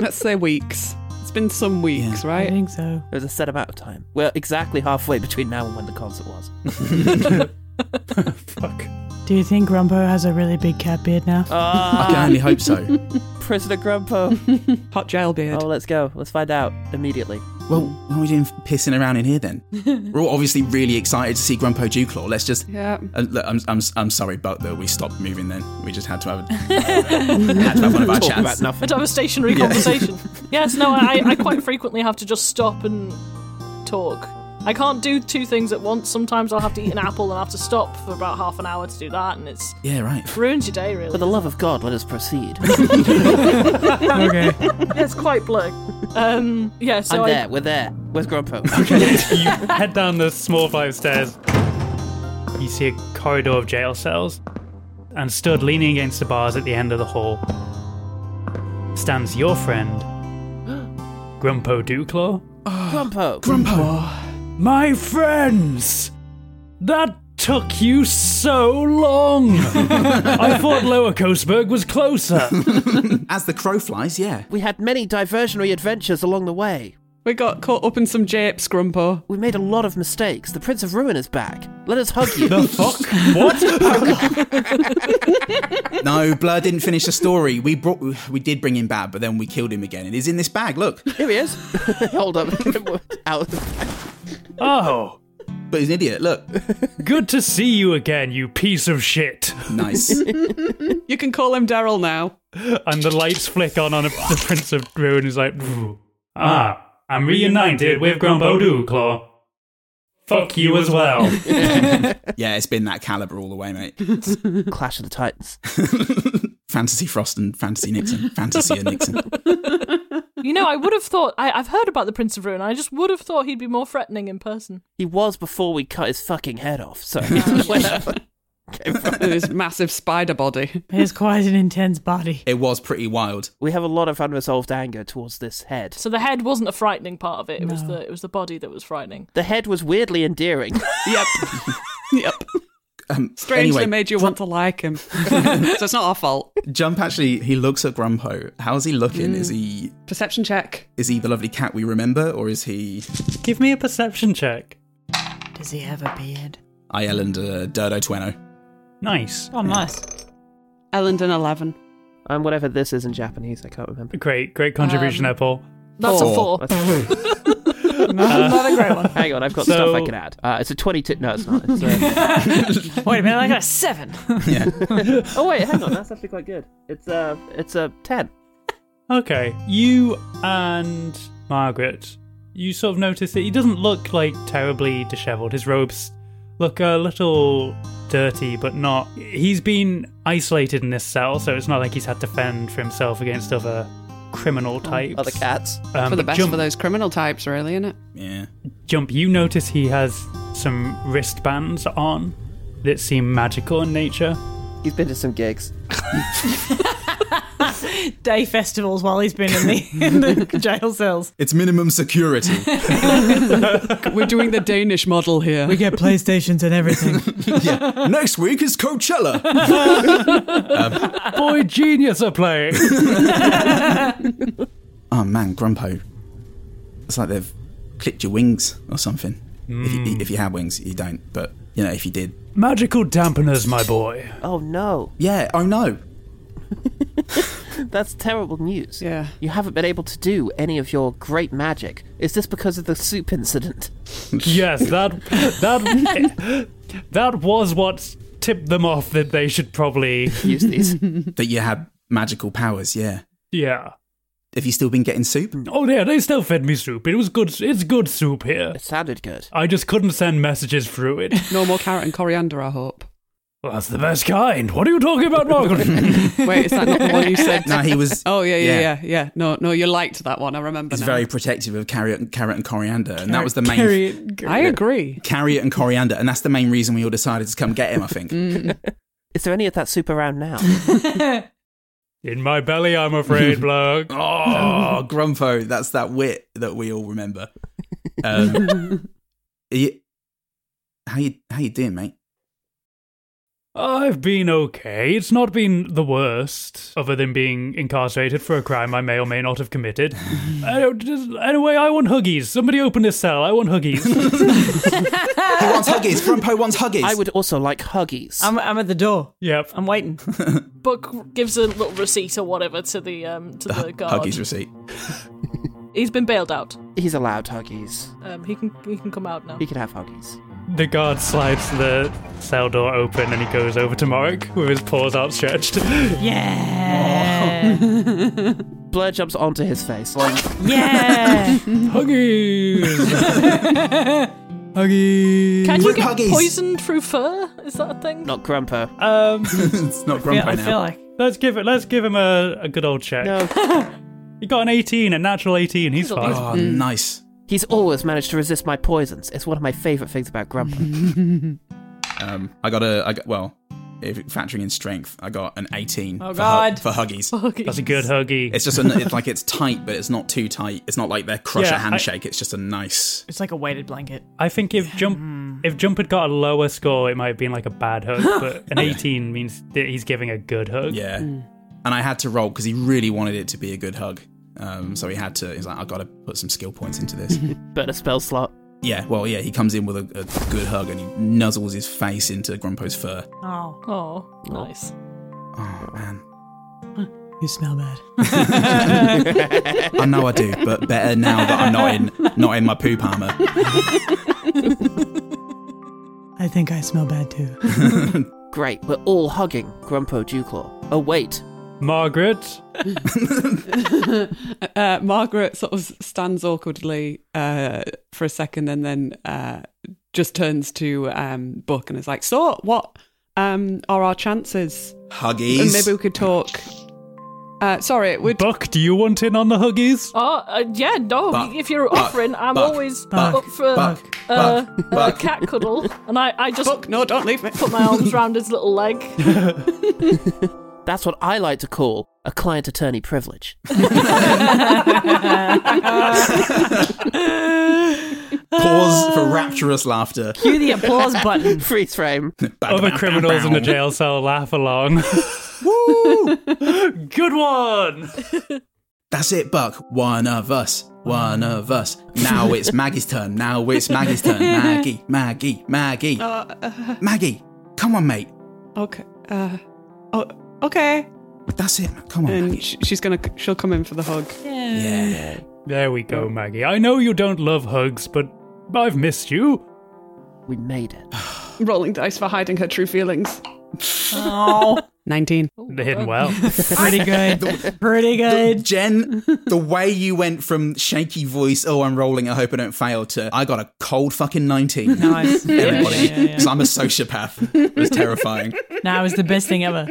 Let's say weeks. It's been some weeks,
I
right?
think so.
There's a set amount of time. We're exactly halfway between now and when the concert was.
Fuck.
Do you think Rumpo has a really big cat beard now?
I
Ah,
can only hope so.
Prisoner Grumpo.
Hot jail beard.
Oh, let's go. Let's find out immediately.
Well, what are we doing pissing around in here then? We're all obviously really excited to see Grumpo Dewclaw. Let's just.
Yeah.
Uh, look, I'm, I'm, I'm sorry, but that we stopped moving then. We just had to have, a, had to have one of our
Talk
chats.
about nothing.
I'd have a stationary conversation. yes, no, I, I quite frequently have to just stop and talk. I can't do two things at once. Sometimes I'll have to eat an apple and I have to stop for about half an hour to do that, and it's
Yeah, right.
ruins your day,
For
really.
the love of God, let us proceed.
Okay.
it's quite blurred. Um, yeah, so
I'm
I,
there. We're there. Where's Grumpo?
You head down the small flight of stairs. You see a corridor of jail cells, and stood leaning against the bars at the end of the hall stands your friend, Grumpo Dewclaw.
Grumpo.
Grumpo!
My friends! That took you so long! I thought Lower Coastburg was closer.
As the crow flies, yeah.
We had many diversionary adventures along the way.
We got caught up in some japes, Grumpo.
We made a lot of mistakes. The Prince of Ruin is back. Let us hug you.
the fuck? What?
No, Blur didn't finish the story. We brought, we did bring him back, but then we killed him again. And he's in this bag. Look,
Here he is. Hold up. Out.
Oh.
but he's an idiot. Look,
Good to see you again, you piece of shit.
nice.
You can call him Daryl now.
And the lights flick on on a, the Prince of Ruin is like, ah, I'm reunited with Grumbo Claw. Fuck you as well.
yeah, it's been that caliber all the way, mate.
Clash of the Titans.
Fantasy Frost and Fantasy Nixon. Fantasy and Nixon.
You know, I would have thought I, I've heard about the Prince of Ruin. I just would have thought he'd be more threatening in person.
He was before we cut his fucking head off. So
With his massive spider body.
It's quite an intense body.
It was pretty wild.
we have a lot of unresolved anger towards this head.
So the head wasn't a frightening part of it. It was the it was the body that was frightening.
The head was weirdly endearing.
Yep. yep.
Um,
Strangely
anyway,
made you want to like him. so it's not our fault.
Jump actually, he looks at Grumpo. How's he looking? Is he
Perception check.
is he the lovely cat we remember, or is he
Give me a perception check.
Does he have a beard?
I and uh, Dirdo Tweno?
Nice.
Oh, nice.
Ellendon 11.
I'm whatever this is in Japanese. I can't remember.
Great, great contribution there, Paul.
That's
Oh.
a
Four.
four.
Another great one.
Hang on, I've got
So-
stuff I can add. Uh, it's a 22. No, it's not. It's uh, a...
Wait a minute, I got a seven.
oh wait, hang on. That's actually quite good. It's a it's a 10.
Okay, you and Margaret, you sort of notice that he doesn't look like terribly dishevelled. His robes look a little dirty, but not. He's been isolated in this cell, so it's not like he's had to fend for himself against other criminal types.
Other cats.
Um,
Oh, for the
but
best
jump,
for those criminal types, really, isn't it?
Yeah.
Jump, you notice he has some wristbands on that seem magical in nature.
He's been to some gigs.
Day festivals while he's been in the, in the jail cells.
It's minimum security.
We're doing the Danish model here.
We get PlayStations and everything.
Next week is Coachella.
Boy genius are playing!
oh man, Grumpo. It's like they've clipped your wings or something. If, you, if you had wings, you don't. But you know, if you did,
Magical dampeners, my boy.
Oh no,
yeah. Oh no.
that's terrible news.
Yeah.
You haven't been able to do any of your great magic. Is this because of the soup incident?
Yes, that that that was what tipped them off that they should probably
Use these.
That you had magical powers. Yeah.
yeah.
Have you still been getting soup?
Oh yeah, they still fed me soup. It was good. It's good soup here.
it sounded good.
I just couldn't send messages through it.
No more carrot and coriander, I hope.
Well, that's the best kind. What are you talking about, Margaret?
Wait, is that not the one you said?
No, he was.
Oh, yeah, yeah,
Yeah.
yeah, yeah. No, no, you liked that one. I remember
He's
now.
very protective of carrot, carrot and coriander, and that was the main
I agree.
carrot and coriander, and that's the main reason we all decided to come get him. I think.
Is there any of that soup around now?
In my belly, I'm afraid, bloke.
Oh, Grumpo, that's that wit that we all remember. Um, are you- how you how you doing, mate?
I've been okay. It's not been the worst, other than being incarcerated for a crime I may or may not have committed. I don't, just, anyway, I want huggies. Somebody open this cell. I want huggies.
He wants huggies. Grumpo wants huggies.
I would also like huggies.
I'm, I'm at the door.
yep.
I'm waiting.
Book gives a little receipt or whatever to the um to the guard.
huggies receipt.
He's been bailed out.
He's allowed huggies.
Um, he can he can come out now.
He can have huggies.
The guard slides the cell door open and he goes over to Marek with his paws outstretched.
Yeah.
Blur jumps onto his face.
Yeah.
Huggies! Huggies!
Can you
Look,
get
huggies.
poisoned through fur? Is that a thing?
Not Grumper.
Um,
it's not Grumpo
yeah I
now.
feel like.
let's give it. Let's give him a, a good old check.
No.
He got an 18, a natural 18. He's fine.
oh, nice.
He's always managed to resist my poisons. It's one of my favourite things about Grumper.
Um, I got a. I got well. If factoring in strength, I got an eighteen.
Oh,
for hu-
God.
for huggies.
Huggies.
That's a good huggy.
It's just an, it's like it's tight, but it's not too tight. It's not like their crusher
Yeah, I-
handshake. It's just a nice.
It's like a weighted blanket.
I think if jump if jump had got a lower score, it might have been like a bad hug. But an 18 means that he's giving a good hug.
Yeah. And I had to roll because he really wanted it to be a good hug. Um, so he had to. He's like, I got to put some skill points into this.
but a spell slot.
yeah. Well, yeah. He comes in with a, a good hug and he nuzzles his face into Grumpo's fur.
Oh,
Oh, nice.
Oh man.
you smell bad.
I know I do, but better now that I'm not in not in my poop armor.
I think I smell bad too.
Great, we're all hugging Grumpo Dewclaw. Oh, wait.
Margaret,
Uh, Margaret sort of stands awkwardly uh, for a second and then uh, just turns to um, Buck and is like, So, what um, are our chances? And
Huggies.
maybe we could talk. Uh, sorry, we'd.
Buck, do you want in on the huggies?
Oh, uh, yeah, no.
Buck,
if you're
buck,
offering, I'm
buck,
always
buck,
up for
buck,
uh,
buck,
a
buck.
cat cuddle, and I, I just
Buck, no, don't leave me.
put my arms around his little leg.
That's what I like to call a client attorney privilege.
Pause for rapturous laughter.
Cue the applause button.
Freeze frame.
Other criminals in the jail cell laugh along.
Woo!
Good one.
That's it, Buck. One of us. One of us. Now it's Maggie's turn. Now it's Maggie's turn. Maggie, Maggie, Maggie. Maggie, come on, mate.
Okay. Uh, oh, okay.
That's it. man. Come on.
And
Maggie.
sh- she's gonna, she'll come in for the hug.
Yeah.
There we go, Maggie. I know you don't love hugs, but I've missed you.
We made it.
Rolling dice for hiding her true feelings.
Oh,
19.
They're
oh.
hidden well.
pretty good. Pretty good.
Jen, the way you went from shaky voice, oh, I'm rolling, I hope I don't fail, to I got a cold fucking 19.
Nice.
Everybody.
Yeah, yeah, yeah.
Because I'm a sociopath. It was terrifying.
That was the best thing ever.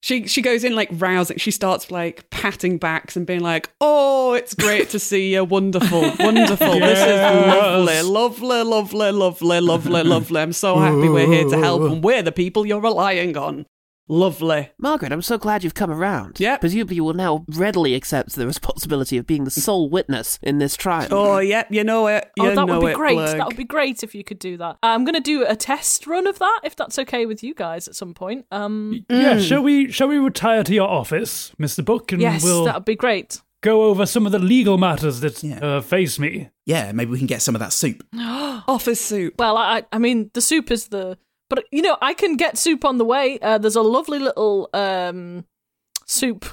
She she goes in like rousing. She starts like patting backs and being like, "Oh, it's great to see you. Wonderful, wonderful. This
Yes.
is lovely, lovely, lovely, lovely, lovely, lovely. I'm so happy we're here to help, and we're the people you're relying on. Lovely.
Margaret, I'm so glad you've come around.
Yep.
Presumably you will now readily accept the responsibility of being the sole witness in this trial.
Oh, yep, you know it. You
oh, that
know
would be
it,
great.
Blurg.
That would be great if you could do that. I'm going to do a test run of that, if that's okay with you guys at some point. Um,
Yeah, shall we shall we retire to your office, Mr. Book, and
yes,
we'll
that would be great.
go over some of the legal matters that
Yeah.
uh, face me.
Yeah, maybe we can get some of that soup.
office soup.
Well, I, I- I mean, the soup is the. But, you know, I can get soup on the way. Uh, there's a lovely little um, soup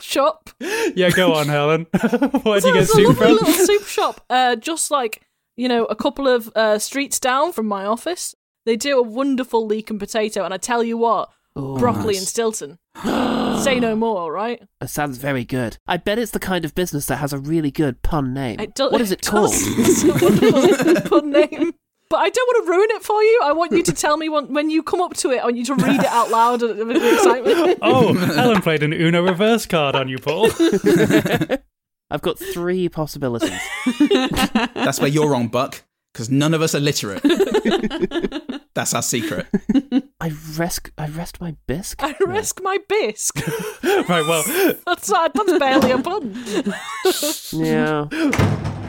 shop.
Yeah, go on, Helen. Where'd you get
There's a
soup
lovely
from?
little soup shop, uh, just like, you know, a couple of uh, streets down from my office. They do a wonderful leek and potato. And I tell you what,
Oh,
broccoli
nice.
and Stilton. Say no more, right?
That sounds very good. I bet it's the kind of business that has a really good pun name.
It do-
what is it called?
does- It's a wonderful pun name. But I don't want to ruin it for you. I want you to tell me when, when you come up to it. I want you to read it out loud with the excitement.
Oh, Helen played an Uno reverse card on you, Paul.
I've got three possibilities.
That's where you're wrong, Buck, because none of us are literate. That's our secret.
I rest, I rest my bisque.
I risk my bisque.
right, well,
That's not, that's barely a pun.
Yeah.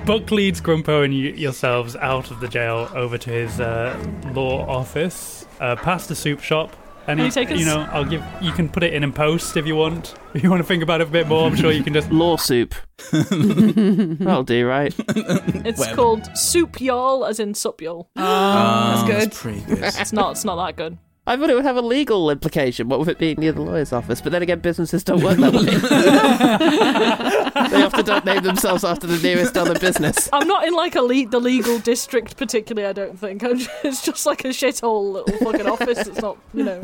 Buck leads Grumpo and y- yourselves out of the jail over to his uh, law office, uh, past the soup shop. And
Can
he,
you take us?
you know, I'll give. You can put it in and post if you want. If you want to think about it a bit more, I'm sure you can just.
Law soup. That'll do, right?
It's
Well.
called soup y'all, as in sup y'all.
Oh,
Ah, good.
That's pretty good.
It's not. It's not that good.
I thought it would have a legal implication, what with it being near the lawyer's office. But then again, businesses don't work that way. they often don't name themselves after the nearest other business.
I'm not in like a le- the legal district particularly. I don't think. I'm just, it's just like a shithole little fucking office. It's not. You know.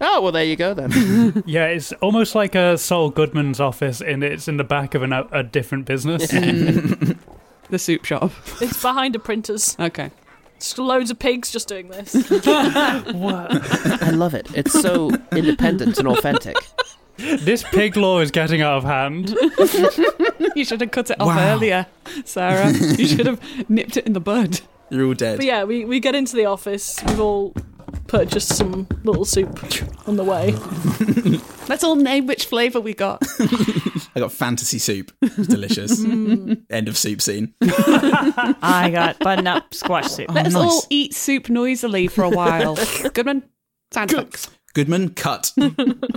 Oh, well, there you go then.
Yeah, it's almost like a Saul Goodman's office, and it's in the back of an, a different business.
The soup shop.
It's behind a printer's.
Okay.
Just loads of pigs just doing this.
I love it. It's so independent and authentic.
this pig law is getting out of hand.
You should have cut it off
Wow.
earlier, Sarah. You should have nipped it in the bud.
You're all dead.
But yeah, we, we get into the office. We've all purchased some little soup on the way.
Let's all name which flavour we got.
I got fantasy soup. It's delicious.
Mm.
End of soup scene.
I got button up squash soup.
Let's
nice.
all eat soup noisily for a while. Goodman, sound effects.
Goodman, cut. Do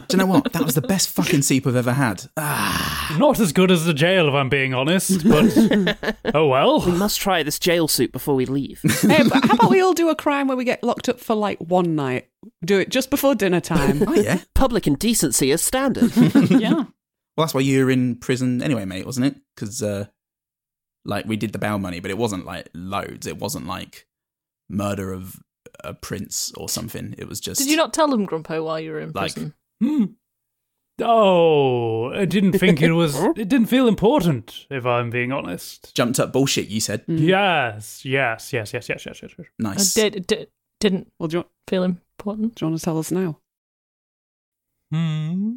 you know what? That was the best fucking soup I've ever had. Ah,
Not as good as the jail, if I'm being honest, but oh well.
We must try this jail soup before we leave.
Hey, Um, but how about we all do a crime where we get locked up for like one night? Do it just before dinner time.
oh yeah.
Public indecency is standard.
Yeah.
Well, that's why you were in prison anyway, mate, wasn't it? Because uh, like we did the bail money, but it wasn't like loads. It wasn't like murder of a prince or something. It was just
Did you not tell them, Grumpo, while you were in
Like-
prison?
Hmm. Oh, I didn't think it was. It didn't feel important, if I'm being honest.
jumped up bullshit. You said
Hmm. Mm-hmm.
Yes, yes, yes, yes, yes, yes, yes. yes.
I
nice.
did, did, didn't
Well, do you,
feel important.
do you want to tell us now?
Hmm.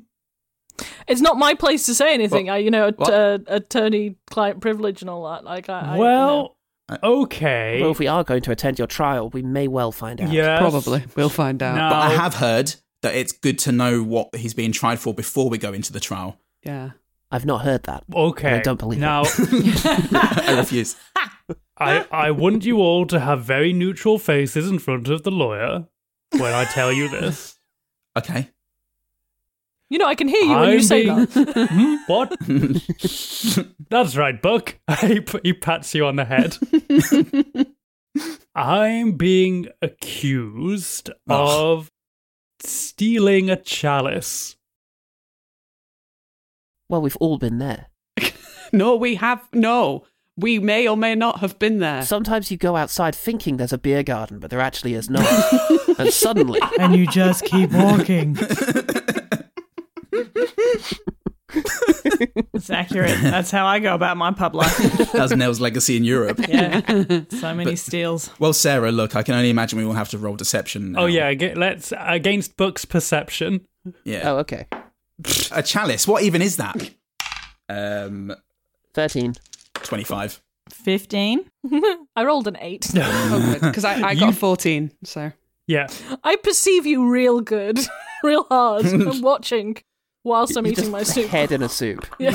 It's not my place to say anything.
Well-
I, you know, at-
well-
uh, attorney-client privilege and all that. Like, I, I you know.
Well,
I-
okay.
Well, if we are going to attend your trial, we may well find out.
yes.
Probably. We'll find out.
No.
But I have heard that it's good to know what he's being tried for before we go into the trial.
Yeah.
I've not heard that.
Okay.
I don't believe it.
now.
I refuse.
I I want you all to have very neutral faces in front of the lawyer when I tell you this.
Okay.
you know, I can hear you when you
I'm
say
being-
that.
Hmm? What? That's right, Buck. He, p- he pats you on the head. I'm being accused
Ugh.
of stealing a chalice.
Well, we've all been there.
No, we have. No. We may or may not have been there.
Sometimes you go outside thinking there's a beer garden, but there actually is not. and suddenly,
and you just keep walking. It's accurate. That's how I go about my pub life.
That's Nell's legacy in Europe.
Yeah. So many steals.
Well, Sarah, look, I can only imagine we will have to roll deception. now.
Oh yeah, aga- let's against Buck's perception.
yeah.
oh, okay,
A chalice. What even is that? Um,
thirteen.
twenty-five.
15.
I rolled an eight.
Because I, I got
You-
14, so.
Yeah,
I perceive you real good, real hard. I'm watching whilst I'm
You
eating
just
my soup.
Head in a soup.
Yeah.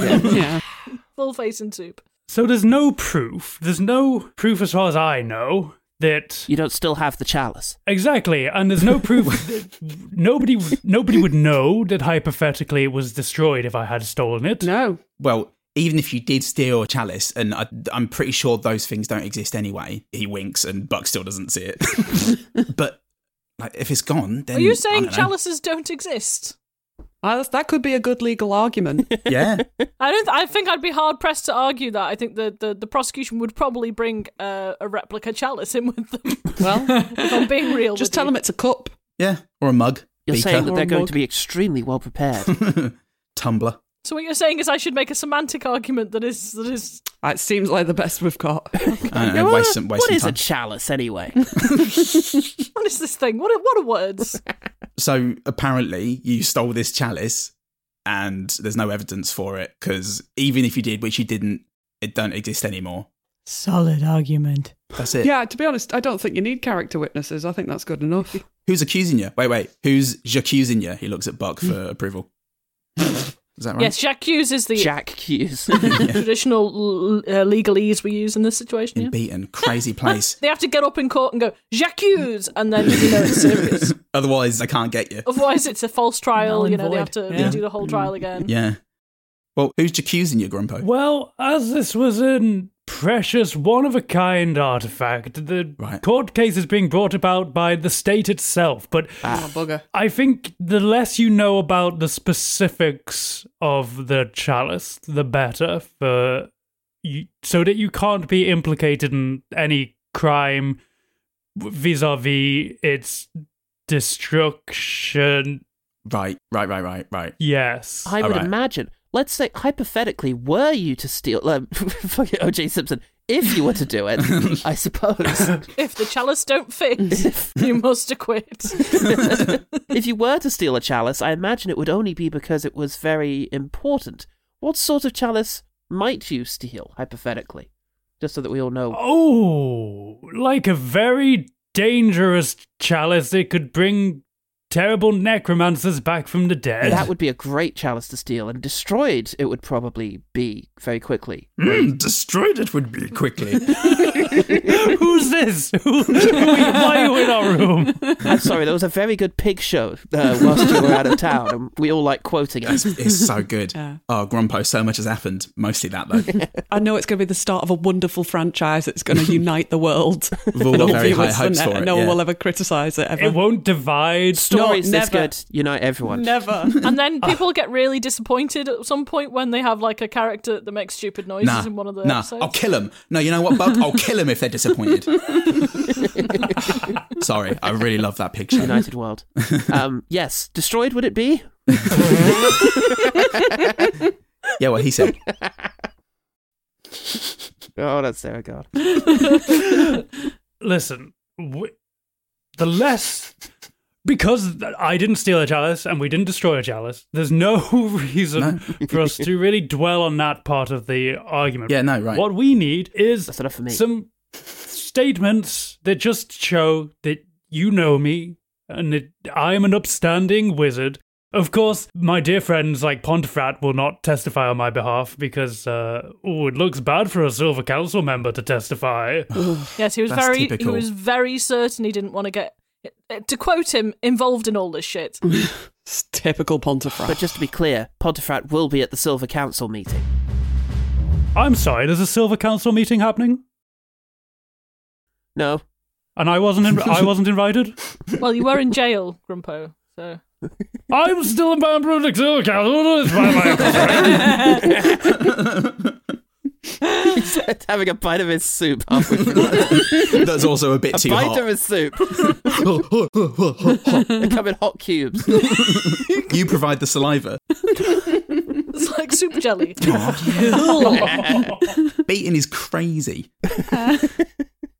Yeah.
Full face in soup.
So there's no proof. There's no proof, as far as I know, that
You don't still have the chalice.
exactly, and there's no proof. that nobody, nobody would know that hypothetically it was destroyed if I had stolen it.
No.
Well, even if you did steal a chalice, and I, I'm pretty sure those things don't exist anyway. He winks, and Buck still doesn't see it. but like, if it's gone, then
Are you
I
saying
don't know.
chalices don't exist?
Ah, that's- that could be a good legal argument.
Yeah.
I don't. I think I'd be hard pressed to argue that. I think the, the, the prosecution would probably bring uh, a replica chalice in with them.
Well,
If I'm being real,
just
with
tell
you.
them it's a cup.
Yeah. Or a mug.
You're
beaker,
saying that
Or
they're going
mug.
to be extremely well prepared.
tumbler.
So what you're saying is I should make a semantic argument that is that is.
Ah, It seems like the best we've got.
I don't
Now,
know.
what-
Uh, Waste some. Waste
what
some
is
time.
a chalice anyway?
What is this thing? What are, what are words?
So apparently, you stole this chalice, and there's no evidence for it because even if you did, which you didn't, it don't exist anymore.
Solid argument.
That's it.
Yeah, to be honest, I don't think you need character witnesses. I think that's good enough.
Who's accusing you? Wait, wait. Who's accusing you? He looks at Buck for approval. Is that right?
Yes, Jacques is the
Jack Hughes.
traditional l- uh, legalese we use in this situation.
In
Yeah?
Beaton, crazy place.
They have to get up in court and go Jacques, and then you know it's serious. Oh.
Otherwise, I can't get you.
Otherwise, it's a false trial.
Null and
you know they
void.
have to
Yeah.
redo the whole trial again.
Yeah. Well, who's accusing you, Grumpo?
Well, as this was a precious, one of a kind artifact, the
Right.
court case is being brought about by the state itself. But
Oh, bugger.
I think the less you know about the specifics of the chalice, the better for you, so that you can't be implicated in any crime vis-a-vis its destruction.
Right, right, right, right, right.
Yes.
I would
Alright.
imagine. Let's say hypothetically, were you to steal? Um, fuck it, OJ Simpson. If you were to do it, I suppose.
If the chalice don't fit,
if,
you must acquit.
if you were to steal a chalice, I imagine it would only be because it was very important. What sort of chalice might you steal, hypothetically? Just so that we all know.
Oh, like a very dangerous chalice that could bring terrible necromancers back from the dead.
That would be a great chalice to steal, and destroyed it would probably be very quickly.
Mm, destroyed it would be quickly.
Who's this? Who, who are you- why are you in our room?
I'm sorry, there was a very good pig show uh, whilst you were out of town, and we all like quoting it.
it's, it's so good.
Yeah.
Oh, Grumpo, so much has happened. Mostly that, though.
I know it's going to be the start of a wonderful franchise that's going to unite the world.
We've all
And
got
all
very high
viewers
hopes
and-
for
and
it,
No
yeah.
one will ever criticise it ever.
It won't divide.
Stories
No,
this
never.
good unite everyone.
Never.
And then
Ah.
people get really disappointed at some point when they have like a character that makes stupid noises
nah,
in one of the
nah.
episodes.
I'll kill them. No, you know what, Buck? I'll kill them if they're disappointed. Sorry, I really love that picture.
United World. Um, yes, destroyed would it be?
Yeah, what he said.
Oh, that's Sarah God.
Listen, w the less because th- I didn't steal a chalice and we didn't destroy a chalice. There's no reason for us to really dwell on that part of the argument.
Yeah, no, right.
What we need is
That's enough for me.
some statements that just show that you know me and that I am an upstanding wizard. Of course, my dear friends like Pontefrat will not testify on my behalf because, uh, ooh, it looks bad for a Silver Council member to testify.
Yes, he was
That's
very
typical.
he was very certain he didn't want to get to quote him involved in all this shit.
It's typical Pontefract.
But just to be clear, Pontefract will be at the Silver Council meeting.
I'm sorry, there's a Silver Council meeting happening,
No,
and I wasn't. In- I wasn't invited.
Well, you were in jail, Grumpo. So
I'm still a member of the Silver Council. It's my- my-
he's having a bite of his soup. halfway through.
That's also a bit
a
too
bite
hot.
of his soup. They come in hot cubes.
you provide the saliva.
it's like soup jelly.
Beating is crazy.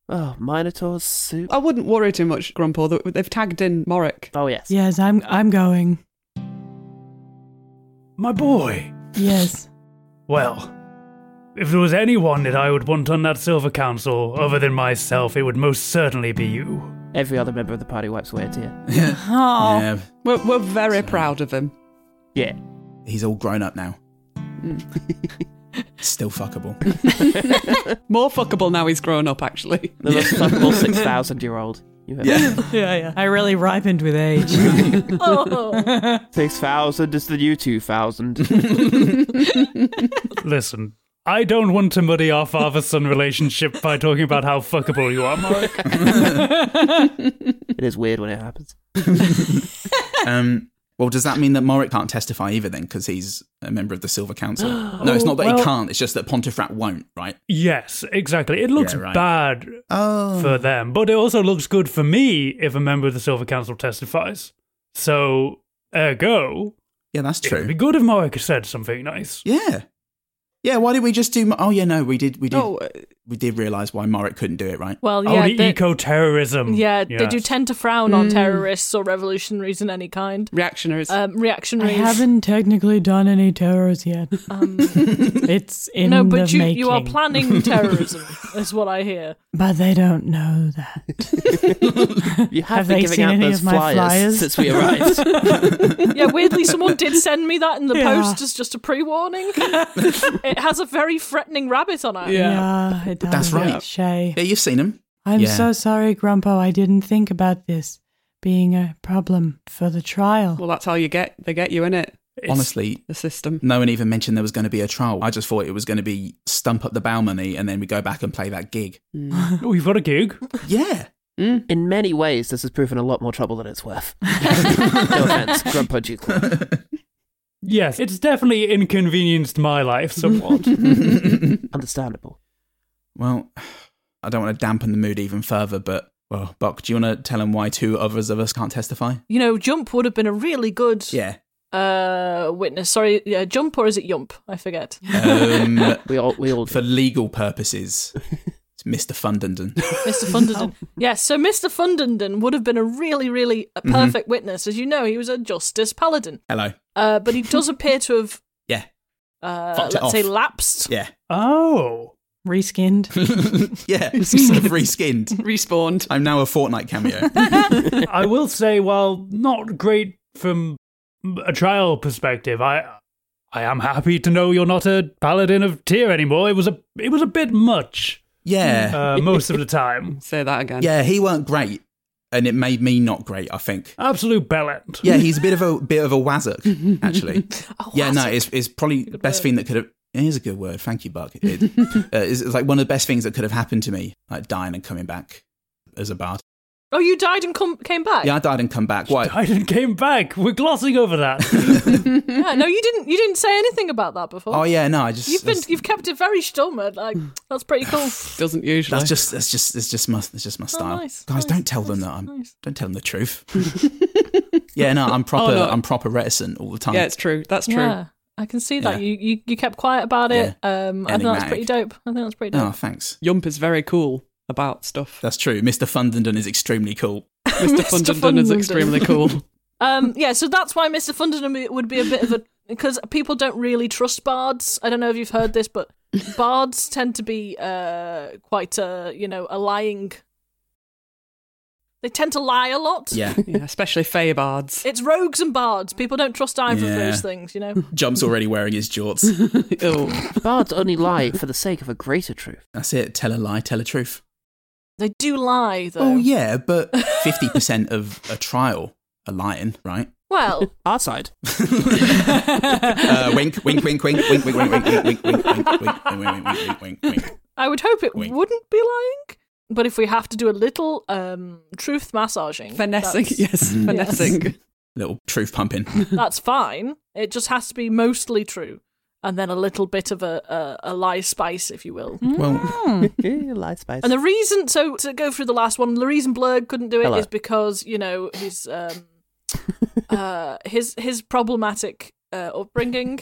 Oh, Minotaur's soup.
I wouldn't worry too much, Grumpo. They- They've tagged in Morik.
Oh yes.
Yes, I'm I'm going.
my boy.
Yes.
Well, if there was anyone that I would want on that Silver Council other than myself, it would most certainly be you.
Every other member of the party wipes away a tear.
Oh.
Yeah,
We're, we're very proud of him.
Yeah.
he's all grown up now. Still fuckable.
More fuckable now he's grown up, actually.
The most fuckable six thousand year old you have.
Yeah.
Yeah, yeah. I really ripened with age.
Oh,
Six thousand is the new two thousand.
Listen, I don't want to muddy our father son relationship by talking about how fuckable you are, Mark.
it is weird when it happens.
Um, well, does that mean that Morik can't testify either then because he's a member of the Silver Council? No, it's not that he
well-
can't. It's just that Pontefract won't, right?
Yes, exactly. It looks
Yeah, right.
bad
Oh.
for them, but it also looks good for me if a member of the Silver Council testifies. So, ergo,
yeah, that's
it would be
true.
good if Mark said something nice.
Yeah. Yeah, why did we just do... Mo- Oh, yeah, no, we did We did,
Oh, uh,
we did realise why Morik couldn't do it, right?
well,
oh,
yeah,
the
they,
eco terrorism.
yeah, they do tend to frown
Hmm.
on terrorists or revolutionaries in any kind.
reactionaries.
Um,
I
reactionaries.
haven't technically done any terrors yet.
Um,
It's in
no, but
the
you, you are
making.
planning terrorism, is what I hear.
But they don't know that.
You have,
Have
been
they
giving
seen
out
any
those
of my
flyers,
flyers?
since we arrived.
Yeah, weirdly, someone did send me that in the
Yeah.
post as just a pre warning. it has a very threatening rabbit on it.
Yeah, it does.
That's right.
Shay.
Yeah, you've seen him.
I'm
Yeah.
so sorry, Grumpo. I didn't think about this being a problem for the trial.
well, that's how you get. They get you in it.
It's-
Honestly,
The system.
no one even mentioned there was going to be a trial. I just thought it was going to be stump up the bow money and then we go back and play that gig.
Oh, you've got a gig?
Yeah.
In many ways, this has proven a lot more trouble than it's worth. no offense, Grandpa Duke.
Yes, it's definitely inconvenienced my life somewhat.
Understandable.
Well, I don't want to dampen the mood even further, but well, Buck, do you want to tell him why two others of us can't testify?
You know, Jump would have been a really good
Yeah.
uh, witness. Sorry, yeah, Jump or is it Yump? I forget.
Um,
We all we all
for legal purposes, it's Mr. Fundenden.
Mr. Fundenden. Yes, so Mr. Fundenden would have been a really, really
Mm-hmm.
a perfect witness. As you know, he was a justice paladin.
Hello.
Uh, but he does appear to have,
Yeah.
uh,
Fucked it
let's say,
off.
lapsed.
Yeah.
oh.
Reskinned.
yeah. Sort of reskinned.
Respawned.
I'm now a Fortnite cameo.
I will say, while not great from a trial perspective, I I am happy to know you're not a paladin of tear anymore. It was a it was a bit much
Yeah.
uh, most of the time.
Say that again.
Yeah, he weren't great, and it made me not great, I think.
Absolute bellend.
Yeah, he's a bit of a bit of a wazzock, actually.
Oh,
yeah, no,
that's-
it's, it's probably the best thing that could have. It is a good word. Thank you, Buck. It, uh, it's, it's like one of the best things that could have happened to me, like dying and coming back as a bard.
Oh, you died and come, came back.
Yeah, I died and come back. Why?
I didn't came back. We're glossing over that.
Yeah, No, you didn't. You didn't say anything about that before.
Oh yeah, no, I just
You've been.
that's,
You've kept it very stummered. Like that's pretty cool.
Doesn't usually.
that's just that's just that's just my that's just my style.
Oh, nice,
Guys,
nice,
don't tell them
nice,
that I'm
nice.
don't tell them the truth. yeah, no, I'm proper
no.
I'm proper reticent all the time.
yeah, it's true. That's true.
Yeah, I can see that.
Yeah.
You, you you kept quiet about it. Um, I think that's
Enigmatic.
pretty dope. I think that's pretty
oh,
dope.
thanks.
Yump is very cool about stuff.
That's true. Mr. Fundenden is extremely cool.
Mr. Fundendun is
Fundendun.
extremely cool.
Oh.
Um, yeah, so that's why Mister Funderdon would be a bit of a because people don't really trust bards. I don't know if you've heard this, but bards tend to be uh quite uh you know a lying. They tend to lie a lot.
Yeah.
yeah, especially Feybards.
It's rogues and bards. People don't trust either
Yeah.
of those things, you know.
Jump's already wearing his jorts.
oh,
Bards only lie for the sake of a greater truth.
That's it. Tell a lie, tell a truth.
They do lie though.
Oh yeah, but fifty percent of a trial a lying, right?
Well,
Our side.
Uh, wink, wink, wink, wink, wink, wink, wink, wink, wink, wink, wink, wink, wink, wink, wink, wink, wink, wink.
I would hope it
Wink.
wouldn't be lying. But if we have to do a little um truth massaging,
finessing.
that's- Mm.
Yes, finessing.
Little truth pumping.
that's fine. It just has to be mostly true, and then a little bit of a a, a lie spice, if you will.
Mm. Well,
Lie spice.
And the reason, so to go through the last one, the reason Blurg couldn't do it is
Hello.
because you know his um, uh, his his problematic uh, upbringing.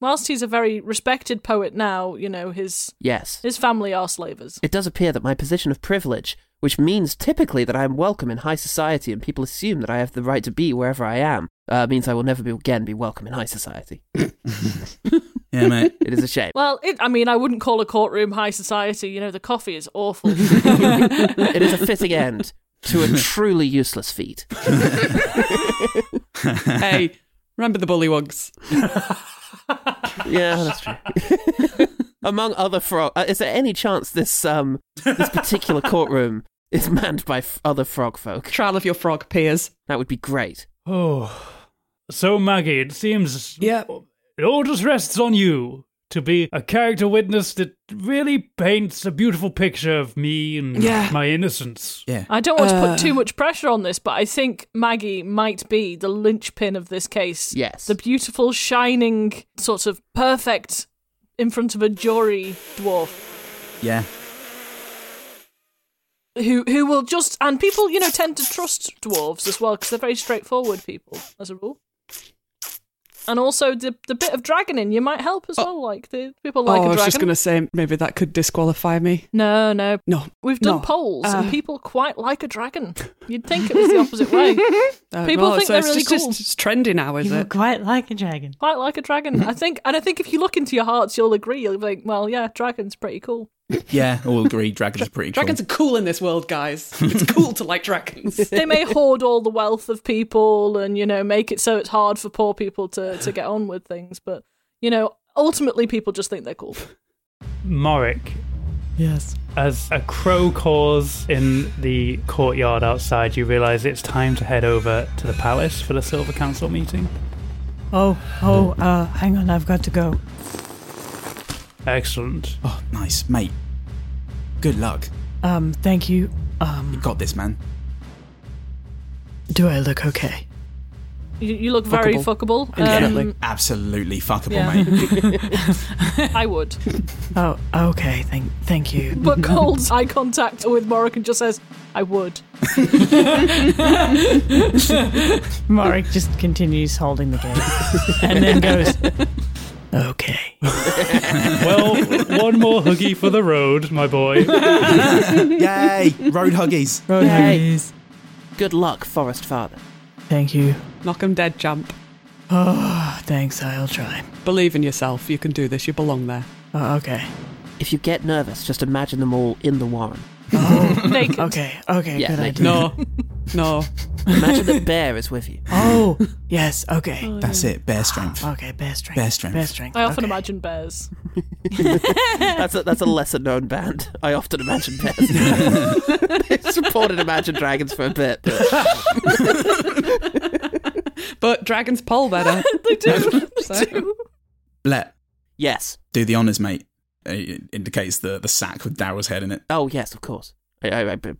Whilst he's a very respected poet now, you know his
yes.
his family are slavers.
It does appear that my position of privilege, which means typically that I am welcome in high society and people assume that I have the right to be wherever I am, uh, means I will never be, again be welcome in high society.
yeah, mate.
It is a shame.
Well, it, I mean, I wouldn't call a courtroom high society. You know, the coffee is awful.
it is a fitting end to a truly useless feat.
hey, remember the bullywugs?
Yeah, that's true. Among other frog, uh, is there any chance this um this particular courtroom is manned by f- other frog folk?
Trial of your frog peers.
That would be great.
Oh, so Maggie, it seems
Yeah.
it all just rests on you to be a character witness that really paints a beautiful picture of me and
Yeah.
my innocence.
Yeah.
I don't want to
Uh.
put too much pressure on this, but I think Maggie might be the linchpin of this case.
Yes.
The beautiful, shining, sort of perfect, in front of a jury dwarf
Yeah.
who who will just and people you know tend to trust dwarves as well because they're very straightforward people as a rule. And also the the bit of dragon in you might help as well. Like the people like
oh, I
a
was just
dragon.
going to say maybe that could disqualify me.
No, no.
No,
We've done
No.
polls
Uh.
and people quite like a dragon. You'd think it was the opposite way.
Uh,
People think
so
they're
it's
really
just, it's
cool.
just trendy now, is
You were
it?
quite like a dragon.
quite like a dragon. I think, and I think if you look into your hearts, you'll agree. You'll be like, well, yeah, dragon's pretty cool.
Yeah. All agree. Dragons are pretty cool.
Dragons are cool in this world, guys. It's cool to like dragons.
They may hoard all the wealth of people, and you know, make it so it's hard for poor people to to get on with things. But you know, ultimately, people just think they're cool.
Morik,
Yes.
as a crow caws in the courtyard outside, you realise it's time to head over to the palace for the Silver Council meeting.
Oh, oh, uh, hang on, I've got to go.
Excellent.
Oh, nice, mate. Good luck.
Um, thank you. Um,
You got this, man.
do I look okay?
You, you look very fuckable.
Infinitely.
Um,
Absolutely fuckable,
Yeah.
mate.
Um, I would,
Oh, okay, thank, thank you.
but Cole's eye contact with Morrick and just says, "I would."
Marek just continues holding the gate and then goes, okay.
Well, one more hoogie for the road, my boy.
Yay! Road huggies.
Roadhouse.
Good luck, Forest Father.
Thank you.
Knock 'em dead, champ.
Oh, thanks, I'll try.
Believe in yourself. You can do this. You belong there.
Oh, okay.
If you get nervous, just imagine them all in the Warren.
Naked.
Okay, okay,
Yeah,
good
thank
idea.
No, no.
Imagine that Bear is with you.
Oh, yes, okay.
That's it. Bear strength.
Okay, bear strength.
Bear strength.
Bear strength.
I often
okay.
imagine bears.
That's a, that's a lesser known band. I often imagine bears. they supported Imagine Dragons for a bit. But
But dragons poll better.
they do.
So-
they do.
Let
yes.
do the honors, mate. Uh, It indicates the the sack with Daryl's head in it.
Oh yes, of course. I, I, I, t-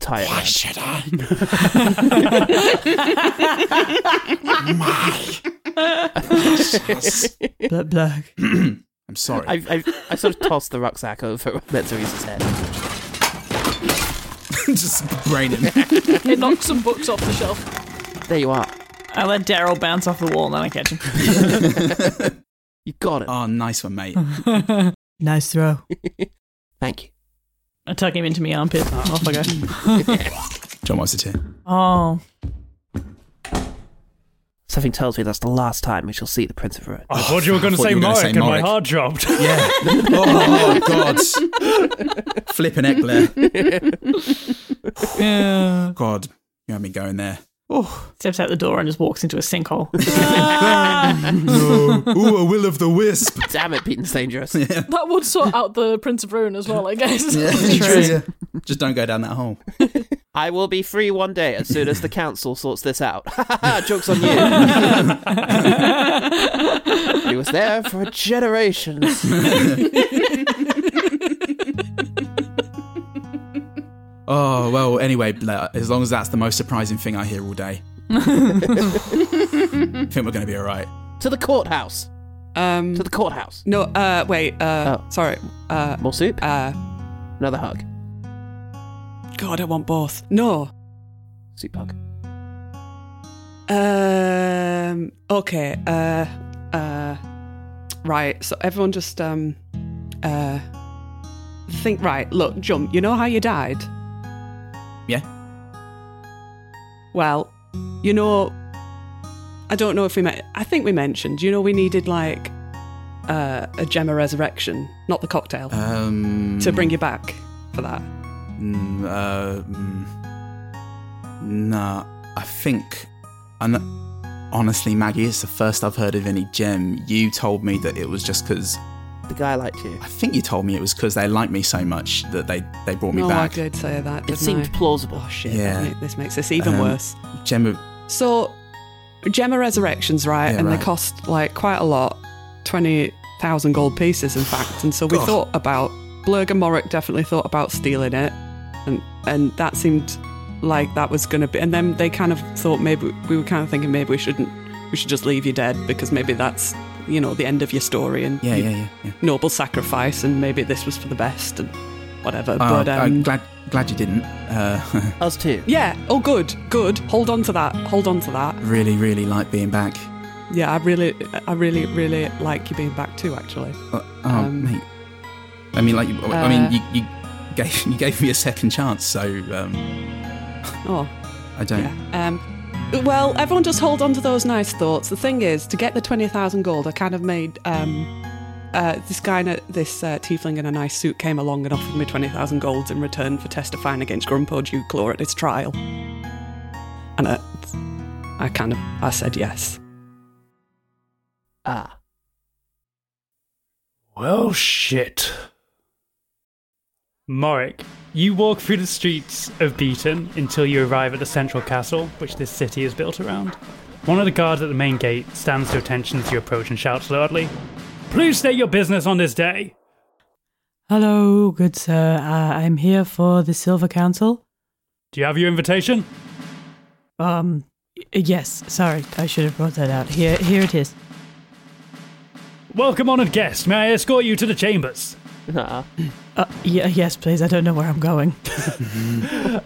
tie it. around.
should I? My.
Black, black.
I'm sorry.
I, I, I sort of tossed the rucksack over Metsuisa's head.
Just brain him.
It knocks some books off the shelf.
There you are.
I let Daryl bounce off the wall and then I catch him.
You got it.
Oh, nice one, mate.
Nice throw.
Thank you.
I tuck him into my armpit. Oh, Off I go.
John wants it here.
Oh,
Something tells me that's the last time we shall see the Prince of Ruin.
I thought you were going
I
to
thought
say
you were gonna
Marek,
say
and my
Marek.
heart dropped.
Yeah. Oh, God. Flipping Eckler. God. You had me going there.
steps out the door and just walks into a sinkhole.
No. Ooh, a will of the wisp.
Damn it, Pete, it's dangerous.
That would sort out the Prince of Ruin as well, I guess.
Yeah. Just don't go down that hole.
I will be free one day as soon as the council sorts this out. Joke's on you. he was there for generations.
Oh, well, anyway, Blair, as long as that's the most surprising thing I hear all day, I think we're going to be all right.
to the courthouse.
Um,
To the courthouse.
no, uh, wait. Uh,
Oh.
Sorry. Uh,
More soup.
uh,
Another hug.
God, I want both. No.
Soup hug.
Um. Okay. Uh. Uh. Right. So everyone just um. Uh. Think. Right. Look, jump. You know how you died.
Yeah.
Well, you know. I don't know if we met. I think we mentioned. You know, we needed like uh, a Gemma resurrection, not the cocktail,
Um,
to bring you back for that.
Mm, uh, mm, nah, I think. And honestly, Maggie, it's the first I've heard of any gem. You told me that it was just because.
The guy liked you.
I think you told me it was because they liked me so much that they, they brought me
no,
back.
Oh, I did say that.
It
didn't
seemed
I?
plausible.
Oh shit!
Yeah.
that ma- This makes this even
Um,
worse.
Gem,
So, Gemma Resurrections, right?
Yeah,
and
right.
they cost like quite a lot 20,000 gold pieces, in fact. And so we
God.
thought about, Blurg and Morrick definitely thought about stealing it. And, and that seemed like that was going to be. And then they kind of thought maybe we were kind of thinking maybe we shouldn't, we should just leave you dead because maybe that's, you know, the end of your story and
yeah,
your
yeah, yeah, yeah.
noble sacrifice. And maybe this was for the best and whatever.
Oh,
but,
I'm
um,
glad, glad you didn't. Uh,
Us too.
yeah. Oh, good. Good. Hold on to that. Hold on to that.
really, really like being back.
Yeah, I really, I really, really like you being back too. Actually,
Uh, oh,
Um,
mate. I mean, like, I
uh,
mean, you, you gave you gave me a second chance, so um,
oh
I don't.
yeah. Um, well, everyone just hold on to those nice thoughts. The thing is, to get the twenty thousand gold, I kind of made um, uh, this guy, in a, this uh, tiefling in a nice suit, came along and offered me twenty thousand golds in return for testifying against Grumpo Duclaw at his trial. And I, I kind of, I said yes.
Ah.
Well, shit. Morik, you walk through the streets of Beaton until you arrive at the central castle, which this city is built around. One of the guards at the main gate stands to attention as you approach and shouts loudly, Please state your business on this day.
Hello, good sir. Uh, I'm here for the Silver Council.
Do you have your invitation?
Um, y- yes, sorry, I should have brought that out. Here, here it is.
Welcome, honored guest. May I escort you to the chambers?
Ah.
Uh, y- yes, please. I don't know where I'm going.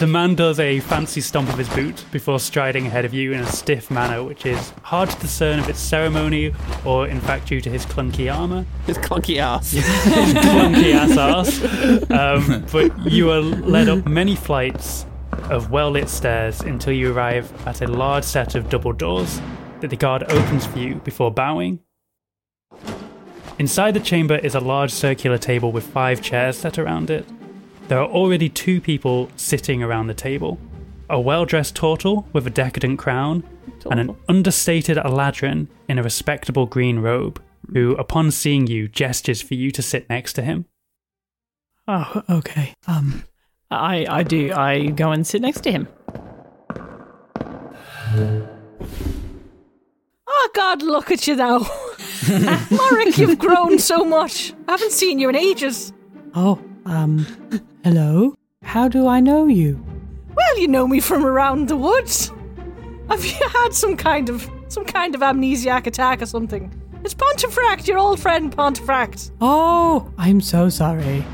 The man does a fancy stomp of his boot before striding ahead of you in a stiff manner, which is hard to discern if it's ceremony or, in fact, due to his clunky armour.
His clunky ass.
clunky ass ass. Um, but you are led up many flights of well lit stairs until you arrive at a large set of double doors that the guard opens for you before bowing. Inside the chamber is a large circular table with five chairs set around it. There are already two people sitting around the table a well dressed tortle with a decadent crown and an understated Aladrin in a respectable green robe, who, upon seeing you, gestures for you to sit next to him.
Oh, okay. Um,
I, I do. I go and sit next to him.
Ah, Oh God, look at you now, Marek! You've grown so much. I haven't seen you in ages.
oh, um, hello. How do I know you?
Well, you know me from around the woods. Have you had some kind of some kind of amnesiac attack or something? It's Pontefract, your old friend Pontefract.
Oh, I'm so sorry.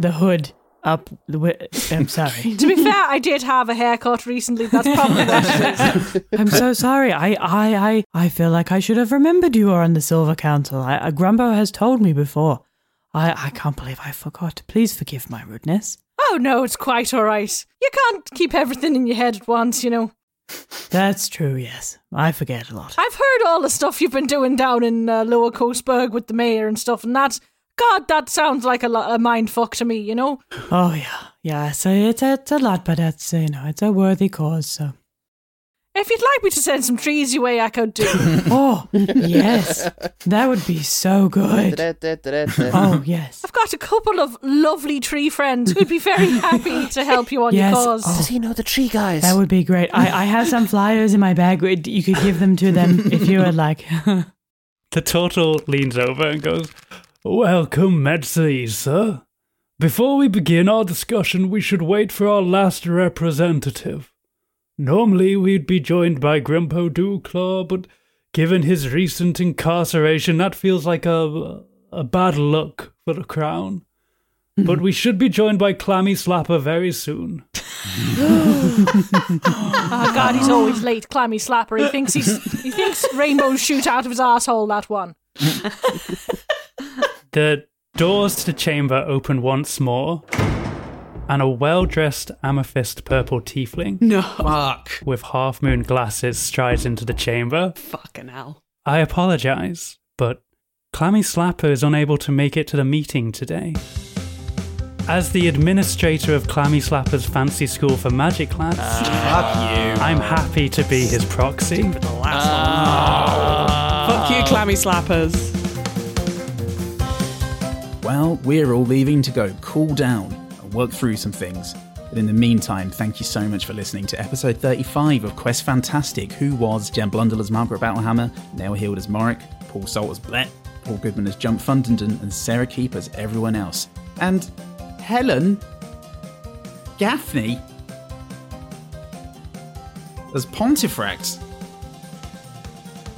the hood up. The wi- I'm sorry.
To be fair, I did have a haircut recently. That's probably what it is.
I'm so sorry. I, I, I, I feel like I should have remembered you were on the Silver Council. I, uh, Grumbo has told me before. I, I can't believe I forgot. Please forgive my rudeness.
Oh no, it's quite all right. You can't keep everything in your head at once, you know.
That's true. Yes, I forget a lot.
I've heard all the stuff you've been doing down in uh, Lower Coastburg with the mayor and stuff, and that's God, that sounds like a, lo- a mind fuck to me, you know.
Oh yeah, yeah. So it's, it's a lot, but it's you know it's a worthy cause. So
If you'd like me to send some trees your way, I could do.
oh yes, that would be so good. Oh yes,
I've got a couple of lovely tree friends who'd be very happy to help you on
Yes.
your cause.
Oh.
Does he know the tree guys?
that would be great. I, I have some flyers in my bag. Would- You could give them to them if you would like.
The turtle leans over and goes, Welcome, Medseas, sir. Before we begin our discussion, we should wait for our last representative. Normally, we'd be joined by Grimpo Dewclaw, but given his recent incarceration, that feels like a, a bad look for the crown. But we should be joined by Clammy Slapper very soon.
Oh God, he's always late, clammy slapper. He thinks he's he thinks rainbows shoot out of his asshole. That one.
The doors to the chamber open once more, and a well dressed amethyst purple tiefling
Fuck.
with half moon glasses strides into the chamber.
Fucking hell.
I apologize, but Clammy Slapper is unable to make it to the meeting today. As the administrator of Clammy Slapper's fancy school for magic lads, I'm happy to be his proxy.
Fuck you, clammy slappers.
Well, we're all leaving to go cool down and work through some things. But in the meantime, thank you so much for listening to episode 35 of Quest Fantastic. Who was Jen Blundell as Margaret Battlehammer, Neil Hield as Morrick, Paul Salt as Blet, Paul Goodman as Jump Fundenden, and Sarah Keep as everyone else. And Helen Gaffney as Pontifract.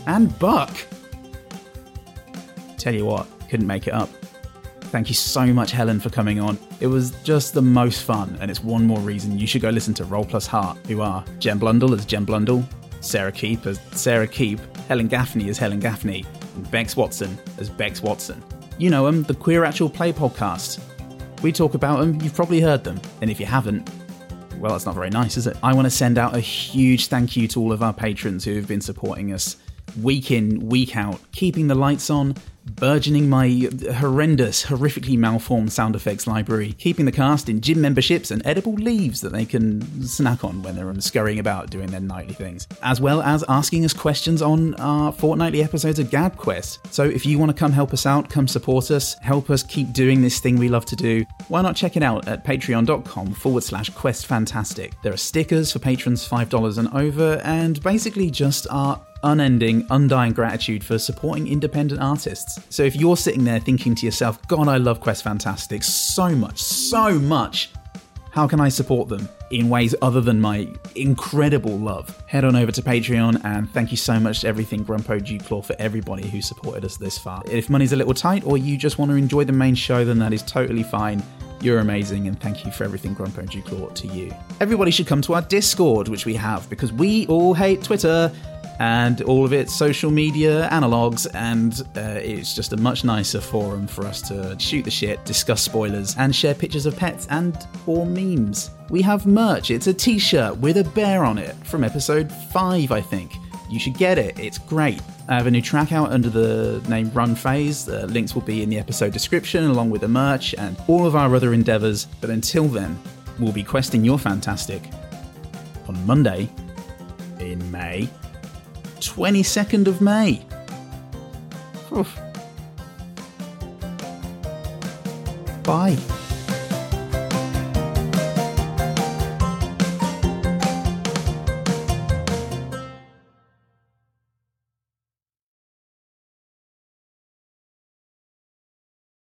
And Buck. Tell you what, couldn't make it up. Thank you so much, Helen, for coming on. It was just the most fun, and it's one more reason you should go listen to Roll Plus Heart, who are Jen Blundell as Jen Blundell, Sarah Keep as Sarah Keep, Helen Gaffney as Helen Gaffney, and Bex Watson as Bex Watson. You know them, the Queer Actual Play podcast. We talk about them, you've probably heard them, and if you haven't, well, that's not very nice, is it? I want to send out a huge thank you to all of our patrons who have been supporting us week in, week out, keeping the lights on, burgeoning my horrendous, horrifically malformed sound effects library, keeping the cast in gym memberships and edible leaves that they can snack on when they're scurrying about doing their nightly things, as well as asking us questions on our fortnightly episodes of Gab Quest. So if you want to come help us out, come support us, help us keep doing this thing we love to do, why not check it out at patreon.com forward slash questfantastic. There are stickers for patrons $5 and over, and basically just our unending, undying gratitude for supporting independent artists. So if you're sitting there thinking to yourself, God, I love Quest Fantastic so much, so much, how can I support them in ways other than my incredible love? Head on over to Patreon and thank you so much to everything Grumpo Dewclaw for everybody who supported us this far. If money's a little tight or you just want to enjoy the main show, then that is totally fine. You're amazing and thank you for everything Grumpo Dewclaw to you. Everybody should come to our Discord, which we have, because we all hate Twitter and all of its social media analogs, and uh, it's just a much nicer forum for us to shoot the shit, discuss spoilers, and share pictures of pets and or memes. We have merch. It's a T-shirt with a bear on it from episode five, I think. You should get it. It's great. I have a new track out under the name Run Phase. The links will be in the episode description, along with the merch and all of our other endeavors. But until then, we'll be questing your fantastic on Monday in May. 22nd of May. Oof. Bye.